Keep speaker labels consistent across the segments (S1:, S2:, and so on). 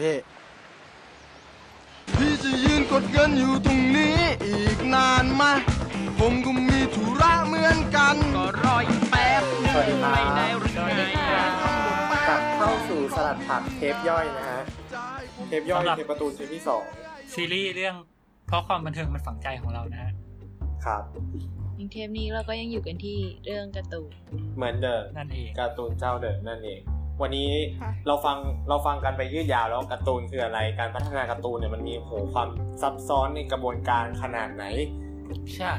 S1: พี่พี่จะยืนกดเงินอยู่ตรงนี้อีกนานไหมผมก็มีธุระเหมือนกัน
S2: ก็รอยแป๊บหนึ
S3: สวัสดี
S2: ง
S3: ครับ
S2: ไม่ได้หรือไง
S3: กลับเข้าสู่สลัดผักเทปย่อยนะฮะ เทปย่อย
S4: สำหรับ
S3: เทปประตูเทปที่สอง
S4: ซีรีส์เรื่องเพราะความบันเทิงมันฝังใจของเรานะฮะ
S3: ครับ
S5: อย่างเทปนี้เราก็ยังอยู่กันที่เรื่องการ์ตูน
S3: เหมือนเดิม
S4: นั่นเอง
S3: การ์ตูนเจ้าเดิมนั่นเอง วันนี้เราฟังเราฟังกันไปยืดยาวแล้วการ์ตูนคืออะไร การพัฒนาการ์ตูนเนี่ยมันมีโหความซับซ้อนในกระบวนการขนาดไหน
S4: ใช่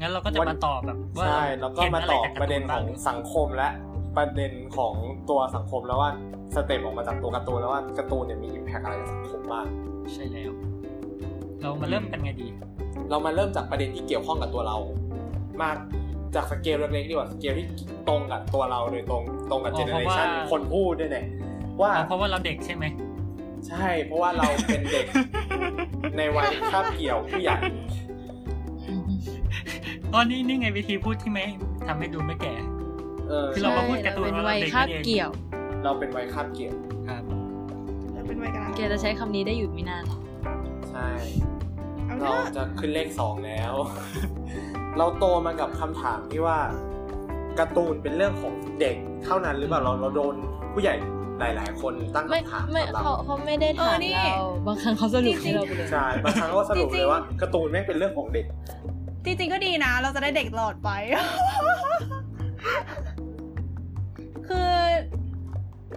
S4: งั้นเราก็จะ
S3: วัน
S4: มาตอบแบบว่า
S3: ใช่แล้วก็มาตอบประเด็นของสังคมและประเด็นของตัวสังคมแล้วว่าสเต็ปออกมาจากตัวการ์ตูนแล้วว่าการ์ตูนเนี่ยมีอิมแพคอะไรกับสังคมบ้าง
S4: ใช่แล้ว เรามาเริ่มกันไงดี
S3: เรามาเริ่มจากประเด็นที่เกี่ยวข้องกับตัวเรา มากจากสเกลเล็กๆดีกว่าสเกลที่ตรงกับตัวเราโดยตรงตรงกับ
S4: อ๋
S3: เจ
S4: อ
S3: เน
S4: เพ
S3: อเร
S4: ราะว่า
S3: ชันคนพูดด้วยเนี่ยว่า
S4: เอาเพราะว่าเราเด็กใช่ไหม
S3: ใช่ เพราะว่าเราเป็นเด็ก ในวัยคาบเกี่ยวผู้ใหญ่
S4: อ๋อนี่นี่ไงวิธีพูดที่ไม่ทำให้ดูไม่แก่
S3: เออ
S4: คือเรามาพูด
S5: ใช่
S4: การ์ตูน
S5: เป็น
S4: ว่าเรา
S5: วัย
S4: เด็ก
S5: คาบ
S4: นี่เอง
S5: เกี่ยว
S3: เราเป็นวัยคาบเกี่ยว
S4: ครับ
S6: เราเป็นวัยกลาง
S5: เกจะใช้คำนี้ได้อยู่ไม่นานหรอก
S3: ใช่
S6: เอาเน
S3: เรา
S6: อะ
S3: จะขึ้นเลขสองแล้ว เราโตมากับคำถามที่ว่าการ์ตูนเป็นเรื่องของเด็กเท่านั้นหรือเปล่าเราเราโดนผู้ใหญ่หลาย ๆ คนตั้ง
S5: ไม่
S3: คำถาม
S5: ไม่
S3: กับเรา
S5: เขาเขาไม่ได้ถามเราบางครั้งเขาสรุปให้เราไปเลย
S3: ใช่บางครั้งก็สรุปเลยว่าการ์ตูนแม่งเป็นเรื่องของเด็ก
S6: จริงๆก็ดีนะ เราจะได้เด็กหลอดไป คือ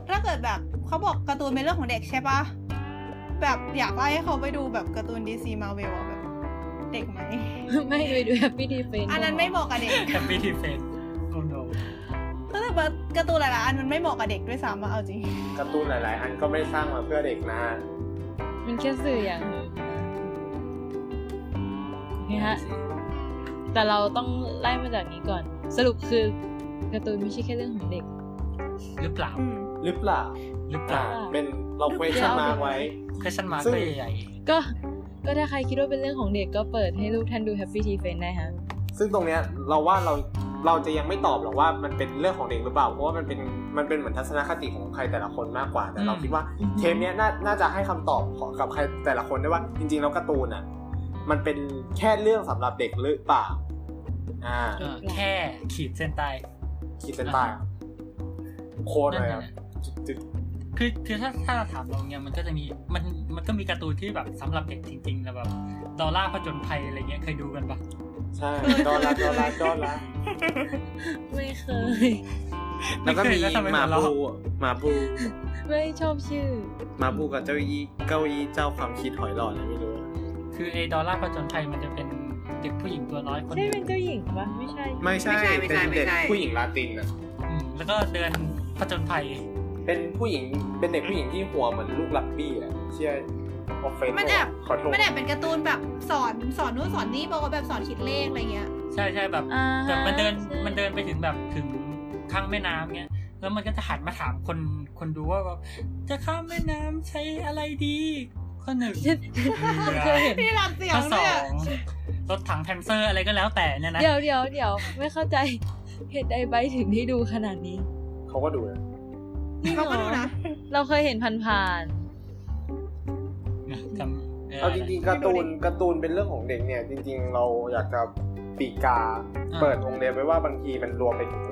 S6: ถ้าเกิดแบบเขาบอกการ์ตูนเป็นเรื่องของเด็กใช่ปะแบบอยากไล่ให้เขาไปดูแบบการ์ตูนดีซีมาเวลแบบ เด็กไหม
S5: ไม่ไปดูแฮปปี้ดีเฟน
S6: อันนั้นไม่เหมาะกับเด็ก
S4: แฮปปี้ทีเฟนโอ้โห
S6: ก็แต่ว่าการ์ตูนหลายๆอันมันไม่เหมาะกับเด็กด้วยซ้ำอะเอาจริง
S3: การ์ตูนหลาย ๆ อันก็ไม่ได้สร้างมาเพื่อเด็กนะ
S5: มันแค่สื่ออย่างหนึ่งนี่ฮะ แต่เราต้องไล่มาจากนี้ก่อน สรุปคือการ์ตูนไม่ใช่แค่เรื่องของเด็ก
S4: หรือเปล่า
S3: หรือเปล่า
S4: หรือเป
S3: อ่า
S4: ล่า
S3: เป็นเราเควชั่นมาไว้
S4: เคชันมา
S3: ซึ่ง
S4: ก็ใหญ่
S5: ก็ก็ถ้าใครคิดว่าเป็นเรื่องของเด็กก็เปิดให้ลูกท่านดูแฮปปี้ทีเฟนได้ฮะ
S3: ซึ่งตรงเนี้ยเราว่าเราเราจะยังไม่ตอบหรอกว่ามันเป็นเรื่องของเด็กหรือเปล่า เพราะว่ามันเป็นมันเป็นเหมือนทัศนคติของใครแต่ละคนมากกว่า แต่เราคิดว่า
S5: อืม
S3: เทปเนี้ยน่าน่าจะให้คำตอบของกับใครแต่ละคนได้ว่า จริง ๆ แล้วการ์ตูนอ่ะ มันเป็นแค่เรื่องสำหรับเด็กหรือเปล่า อ่า
S4: ๆเออแค่ขีดเส้นใต้
S3: ขีดเส้นใต้โคตร
S4: นั่
S3: เล
S4: น
S3: ย
S4: แห
S3: ครับ
S4: ละ
S3: จุด
S4: คือคือถ้าถ้าเราถามตรงเนี้ยมันก็จะมีมันมันก็มีการ์ตูนที่แบบสำหรับเด็กจริงๆแล้วแบบดอลล่าร์ผจญภัยอะไรเงี้ยเคยดูกันปะ
S3: ใช่ดอนละดอนละดอนละ
S5: ไม่เคย
S3: แล้วก็
S4: ไเค
S3: มี
S4: ยทำไห
S3: มา
S4: เร
S3: บูหมาบู
S5: ไม่ชอบชื่อ
S3: หมาบูกับเจ้าอี้เก้าอี้เจ้าความคิดหอยหลอดอะไรไม่รู้อะ
S4: คือไอ้ดอลล่าร์ผจญภัยมันจะเป็นเด็กผู้หญิงตัวน้อยคนห
S5: ใช่
S4: นึ
S5: เป็น
S4: ง
S5: เจ้าหญิงปะไม่ใช่
S3: ไม่ใช่
S2: ไม่ใช่ไม่ใช่ไม่
S3: เป็นเด็ก
S2: ใช่
S3: ผู้หญิงลาตินอะ
S4: อืมแล้วก็เดินผจญภัย
S3: เป็นผู้หญิงเป็นเด็กผู้หญิงที่หัวเหมือนลูกลับบี้อะเชื่อโอเฟน
S6: มันแอบ
S3: ขอโทษ
S6: ไม่ได้เป็นการ์ตูนแบบสอนสอนนู่นสอนนี่บอกว่าแบบสอนคิดเลขอะไรเงี้ย
S4: ใช่ใช่แบบ
S5: อ่าฮะ
S4: แบบมันเดิน
S5: ใช่
S4: มันเดินไปถึงแบบถึงข้างแม่น้ำเงี้ยแล้วมันก็จะหันมาถามคนคนดูว่าแบบจะข้ามแม่น้ำใช้อะไรดีข้อหนึ่ง
S5: เคยเห็น
S6: นี่หลักเสีย
S4: ข้อ
S6: ง
S4: สอ
S6: ด้วย
S4: ง
S6: อะ
S4: รถถังแพนเซอร์อะไรก็แล้วแต่เนี่ยนะ
S5: เดี๋ยวเดี๋ยวเดี๋ยวไม่เข้าใจเหตุใดใบถึงได้ดูขนาดนี้
S3: เขาก็ดูนะ
S5: จริง
S6: เขา
S5: เหร
S6: ก็
S5: อ
S6: ดูนะ
S5: เราเคยเห็นผ่าน
S4: นะจำ
S3: เอาจริงๆการ์ตูนการ์ตูนเป็นเรื่องของเด็กเนี่ย จริง ๆ เราอยากจะปีกาเปิดวงเล็บไว้ว่าบางทีมันรวมไปถึง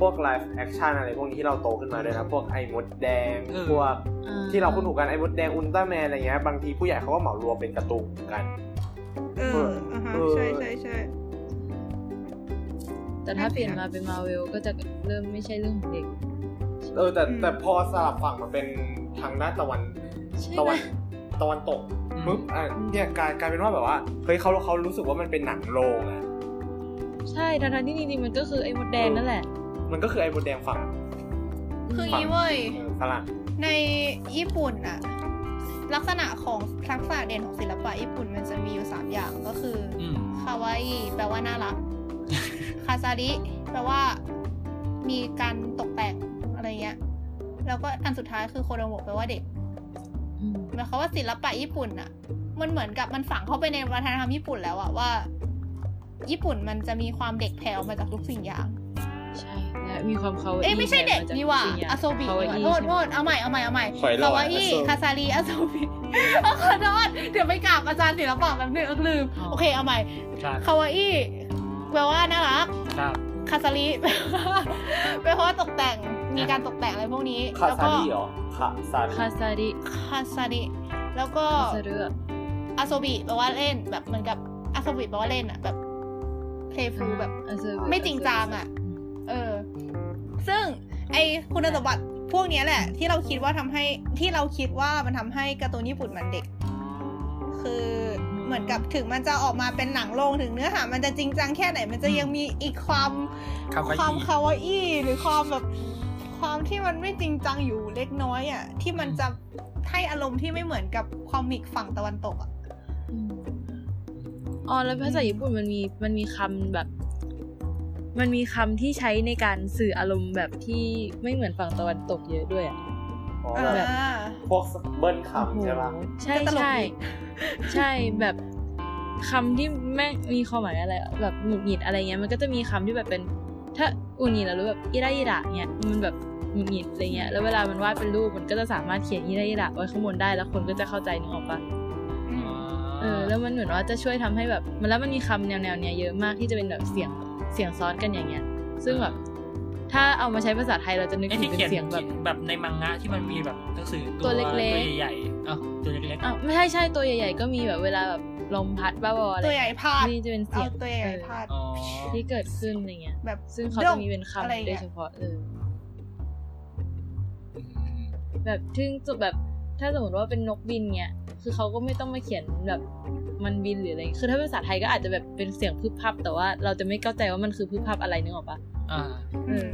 S3: พวกไลฟ์แอคชั่นอะไรพวกนี้ที่เราโตขึ้นมาด้วยนะพวกไอ้มดแดงพวก
S5: ๆอ่า
S3: ที่เราคุ้นหูกันไอ้มดแดงอุลตร้าแมนอะไรเงี้ยบางทีผู้ใหญ่เขาก็เหมารวมเป็นการ์ตูนกัน
S6: เอออ่าฮะ
S3: เออ
S6: ใช่ใช่ใช่
S5: แต่ถ้าเปลี่ยนมาเป็นมาเวลก็จะเริ่มไม่ใช่เรื่องของเด็ก
S3: เออแต่
S6: อืม
S3: แต่พอสลับฝั่งมาเป็นทางด้านตะวัน
S5: ใช่
S3: ตะ
S5: ไหม
S3: วันตะวันตก
S4: ปุ๊
S3: ปุ๊บอ่ะเนี่ยกลายกลายเป็นว่าแบบว่าเฮ้ยเขาเขารู้สึกว่ามันเป็นหนังโรงอ่ะ
S5: ใช่ทั้งๆที่จริงๆมันก็คือไอ้มดแดงนั่นแหละ
S3: มันก็คือไอ้มดแดงฝั่ง
S6: คืออย่างงี้เว้ย
S3: เออฝรั่ง
S6: ในญี่ปุ่นอะลักษณะของทักษะเด่นของศิลปะญี่ปุ่นมันจะมีอยู่ 3 อย่างก็คืออ
S4: อืม
S6: คาวาอิแปลว่าน่า รัก คาซาริแปลว่า มีการตกแต่งอะไรเงี้ย แล้วก็อันสุดท้ายคือโคโดโมะแปลว่าเด็ก
S5: อืม
S6: หมายความว่าศิลปะญี่ปุ่นอะมันเหมือนกับมันฝังเข้าไปในวัฒนธรรมญี่ปุ่นแล้วอะว่า ญี่ปุ่นมันจะมีความเด็กแผ่วมาจากทุกสิ่งอย่าง
S5: ใช่และ มีความเขา
S6: เอ้ยไม่ใช่เด็กนี่หว่าอาโซบิ
S5: คาวา
S6: นี่
S5: อิ
S6: หว่าโทษโทษเอาใหม่เอาใหม่เอาใหม่
S3: ขอยหล่อ
S6: คาวา
S3: อ
S6: อี้
S3: โซบิ
S6: คาซารีอาโซบิเอาขอโทษเดี๋ยวไปกราบอาจารย์ศิลปะแบบนึงลืมโอเคเอาใหม่
S4: ครับ
S6: คาวาอี้แปลว่าน่ารัก
S4: ครับ
S6: คาซาริ แปลว่าแปลว่าตกแต่งมีการตกแต่งอะไรพวกนี้
S3: คา
S6: แล้ว
S3: ซา
S6: ก็
S3: รีเหรอคาซา
S5: คา
S3: รี
S5: ซาริ
S6: คาซาริแล้วก็
S5: คาซาเรือะ
S6: อาโซบิแปลว่าเล่นแบบเหมือนกับอาโซบิแปลว่าเล่นอ่ะแบบเพลฟูแบบ
S5: อาโซบิ
S6: ไม่จริงจังอะ เออ ซึ่งไอคุณสมบัติพวกเนี้ยแหละ ที่เราคิดว่าทำให้ที่เราคิดว่ามันทำให้การ์ตูนญี่ปุ่นมันเด็ก คือเหมือนกับถึงมันจะออกมาเป็นหนังโรงถึงเนื้อหามันจะจริงจังแค่ไหน มันจะยังมีอีกความ
S4: คาวา
S6: ความ
S4: อิ
S6: คาวาอี้หรือความแบบความที่มันไม่จริงจังอยู่เล็กน้อยอ่ะที่มันจะให้อารมณ์ที่ไม่เหมือนกับคอมิกฝั่งตะวันตกอ่ะ
S5: อืมอ๋อแล้วภาษาญี่ปุ่นมันมีมันมีคำแบบ มันมีคำที่ใช้ในการสื่ออารมณ์แบบที่ไม่เหมือนฝั่งตะวันตกเยอะด้วยอะ
S3: อ๋อแบบ
S6: อ่า
S3: พวกเบิ้ลคำใช่ปะ
S5: ใช่
S6: ก็ตลก
S5: ใช่
S6: ดี
S5: ใช่แบบคำที่แม่งมีความหมายอะไรแบบหงุดหงิดอะไรเงี้ยมันก็จะมีคำที่แบบเป็น ถ้าอุนหงิดเรารู้แบบอิระอิระเนี่ยมันแบบหงุดหงิดอะไรเงี้ยแล้วเวลามันวาดเป็นรูปมันก็จะสามารถเขียนอิระอิระไว้ข้างบนได้แล้วคนก็จะเข้าใจนึกออกปะ
S6: อืม
S5: เออแล้วมันเหมือนว่าจะช่วยทำให้แบบมันแล้วมันมีคำแนวแนวๆเนี้ยเยอะมากที่จะเป็นแบบเสียงเสียงซ้อนกันอย่างเงี้ย ซึ่งแบบถ้าเอามาใช้ภาษาไทยเราจะนึก
S4: ไอ้
S5: ถึ
S4: ที่
S5: ง
S4: เขี
S5: เป็
S4: ยน
S5: นเสียงแบบ
S4: แบบในมังงะที่มันมีแบบหนังสือ
S5: ตัวเล็กๆ
S4: ตัวใหญ่ๆอ้าวตัวเล็กๆ
S5: อ่ะไม่ใช่ใช่ตัวใหญ่ ๆ ก็มีแบบเวลาแบบลมพัดบ้าบออะไร
S6: ตัวใหญ่พลาด
S5: นี่จะเป็นเสี
S6: เอา
S5: ยง
S6: ตัวใหญ่พลาด
S4: อ๋อ
S5: ที่เกิดขึ้นอะไรเงี้ย
S6: แบบ
S5: ซึ่งเขาจะมีเป็นคำ
S6: อะไรอย่าง
S5: โด
S6: เงี้
S5: ย
S6: ย
S5: เฉพาะเออ
S4: อืม
S5: แบบถึงจุดแบบ ถ้าสมมติว่าเป็นนกบินเงี้ย คือเขาก็ไม่ต้องมาเขียนแบบมันบินหรืออะไร คือถ้าเป็นภาษาไทยก็อาจจะแบบเป็นเสียงพึบพับ แต่ว่าเราจะไม่เข้าใจว่ามันคือพึบพับอะไรนึกออกปะ
S4: อ่า
S6: อืม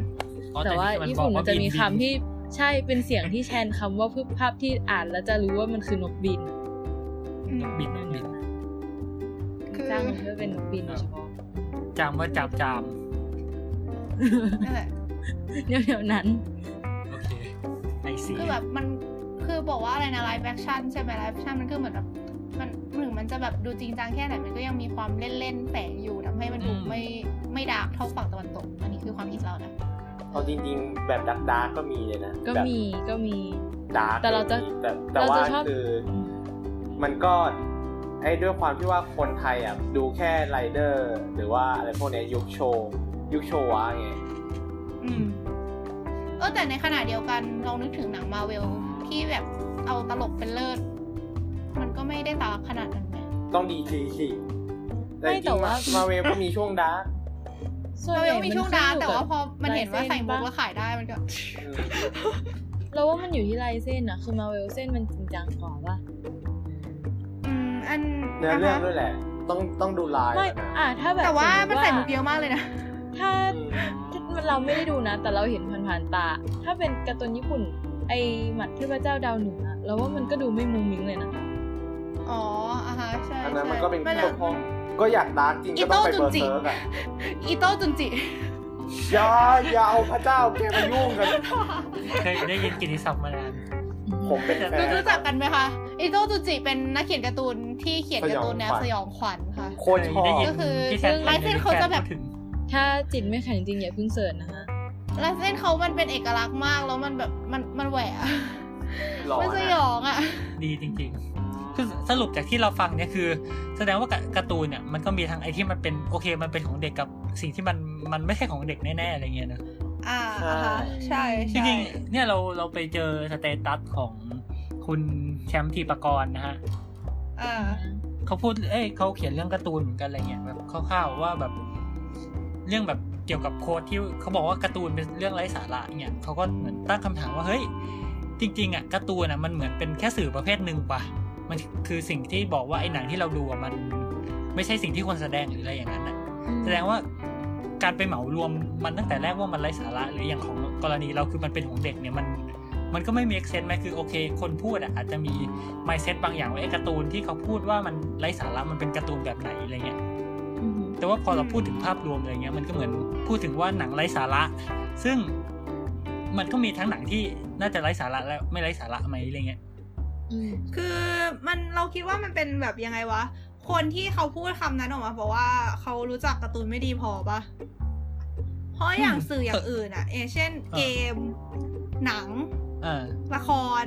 S4: อ๋อ
S5: แต่ว่า
S4: ที่
S5: ญี่ปุ่น
S4: บ
S5: มั
S4: อก
S5: น
S4: ว่า
S5: จะมี
S4: บิ
S5: คำที่ใช่เป็นเสียงที่แทนคำว่าพึบพับที่อ่านแล้วจะรู้ว่ามันคือนกบิน
S6: อืม
S4: บินบิน
S6: คือ
S5: จ้างมันเพื่อเป็นนกบินโดยเฉพาะ
S4: จามว่าจามจาม
S6: นั่นแหละ
S5: แนวๆนั้น
S4: โอเคไอซี
S6: คือแบบมันคือบอกว่าอะไรนะไลฟ์แอคชั่นใช่ไหมไลฟ์แอคชั่นมันก็เหมือนแบบมันหนึ่งมันจะแบบดูจริงจังแค่ไหนมันก็ยังมีความเล่นๆแฝงอยู่ทำให้มันดูไม่ไม่ดาร์กเท่าฝั่งตะวันตก อันนี้คือความคิดเรานะ
S3: เอาจริงๆแบบดักดาร์กก็มีเลยนะ
S5: ก็
S3: แบบ
S5: มีก็มี
S3: ดาร์ก
S5: แต่เราจะ
S3: ก็มีแต่แต่
S5: เรา
S3: ว่า
S5: จะชอบ
S3: คือมันก็ไอ้ด้วยความที่ว่าคนไทยอ่ะดูแค่ไรเดอร์ หรือว่าอะไรพวกเนี้ยยุคโชว์ยุคโชวะไง
S6: อืมเออแต่ในขณะเดียวกันลองนึกถึงหนังมาเวลที่แบบเอาตลกเป็นเลิศ มันก็ไม่ได้สาระขนาดนั้นไหม
S3: ต้องดีทีสิ
S5: ไม่แต่ว่า
S3: มาเวลก็มีช่วงดาร์ก
S5: ส่วน
S6: มา
S5: ให
S6: เว
S5: ญ่
S6: ล
S5: น
S6: มี
S5: ขึ้น
S6: ช่วงดาร์
S5: อ
S6: ก
S5: ยู่
S6: แต่
S5: กับ
S6: ว่าพอมันเห็นว่า
S5: ลายเส้น
S6: ใส่มุก
S5: ปะ
S6: แล้วขายได้มันก็
S3: อืม
S5: เราว่ามันอยู่ที่ลายเส้นนะคือมาเวลเส้นมันจริงจังกว่าปะ
S6: อืม อัน
S3: เนื้อเรื่องด้
S6: ะ
S3: วยแหละ ต้องต้องดูลาย
S5: ไม่
S3: ก่อนนะ
S5: อ่ะถ้าแบบ
S6: แต่ว่า
S5: สติ
S6: มันใส่มุกเยอะมากเลยนะ
S5: ถ้า
S3: อืม
S5: ถ้าเราไม่ได้ดูนะ แต่เราเห็นผ่านๆตา ถ้าเป็นการ์ตูนญี่ปุ่น ไอหมัดเทพเจ้าดาวเหนืออะเราว่ามันก็ดูไม่มุงมิ้งเลยนะ
S6: อ๋ออ่ะฮะใช่
S3: อันนั้น
S6: ใช่
S3: มันก็เป็น
S6: ไม่
S3: พวก
S6: ละ
S3: พ้องก็อยากดาร์กจริง
S6: อี
S3: ก็
S6: โต้
S3: ต้องไปเบ
S6: จุ
S3: อน ร์
S6: จิ
S3: เซิร์กอ่ะ
S6: อีโต้จุนจิ
S3: อย่าอย่าเอาพระเจ้าแกมายุ่งกัน
S4: เคยได้ยินกิตติศัพท์มานาน
S3: ผมเป็นแฟน
S6: รู้จักกันไหมคะ อีโต้จุนจิเป็นนักเขียนการ์ตูนที่เขียนการ์ตูนแนวสยองขวัญค่ะ
S3: โคตรชอบ
S4: ได้ยิน
S6: ก็คือ
S4: พี่แซม
S6: ลายเส้นเขาจะแบบ
S4: พูดถึง
S5: ถ้าจิตไม่แข็งจริงอย่าเพิ่งเสิร์ชนะฮะ
S6: ลายเส้นเขามันเป็นเอกลักษณ์มากแล้วมันแบบมันมันแหวะอะ
S3: หล่อ
S6: มันส
S3: นะ
S6: ยองอ่ะ
S4: ดีจริง ๆ คือสรุปจากที่เราฟังเนี่ยคือ แสดงว่าการ์ตูนเนี่ยมันก็มีทั้งไอที่มันเป็นโอเคมันเป็นของเด็กกับสิ่งที่มันมันไม่ใช่ของเด็กแน่ๆอะไรเงี้ยนะ
S6: อ่า
S3: ใช่
S6: อ่าฮะใช่
S4: จริ
S6: ใช่
S4: งๆ เนี่ยเราเราไปเจอสเตตัสของคุณแชมป์ทีปกรณ์นะฮะ
S6: อ่า
S4: เขาพูด เอ้ยเขาเขียนเรื่องการ์ตูนเหมือนกันอะไรเงี้ยแบบคร่าวๆว่าแบบ เรื่องแบบเกี่ยวกับโค้ดที่เขาบอกว่าการ์ตูนเป็นเรื่องไร้สาระเนี่ยเขาก็เหมือนตั้งคำถามว่าเฮ้ย จริง ๆอ่ะการ์ตูนอ่ะมันเหมือนเป็นแค่สื่อประเภทหนึ่งป่ะ มันคือสิ่งที่บอกว่าไอ้หนังที่เราดูอ่ะมัน ไม่ใช่สิ่งที่ควรแสดงหรืออะไรอย่างนั้นอ่ะ แสดงว่าการไปเหมารวมมันตั้งแต่แรกว่ามันไร้สาระหรืออย่างของกรณีเราคือมันเป็นของเด็กเนี่ยมัน มันก็ไม่มีเอกเซนไหมคือโอเค คนพูดอะอาจจะมีไมเซ็ตบางอย่างว่าไอ้การ์ตูนที่เขาพูดว่ามันไร้สาระมันเป็นการ์ตูนแบบไหนอะไรเงี้ย
S5: อืม
S4: แต่ว่าพอเราพูดถึงภาพรวมอะไรเงี้ยมันก็เหมือนพูดถึงว่าหนังไร้สาระ ซึ่งมันก็มีทั้งหนังที่น่าจะไร้สาระและไม่ไร้สาระไหมอะไรเงี้ย
S5: อืม
S6: คือมันเราคิดว่ามันเป็นแบบยังไงวะ คนที่เขาพูดคำนั้นออกมาบอกว่าเขารู้จักการ์ตูนไม่ดีพอปะ เพราะอย่างสื่ออย่างอื่นอ่ะอย่างเช่นเกม หนัง
S4: อ่า
S6: ละคร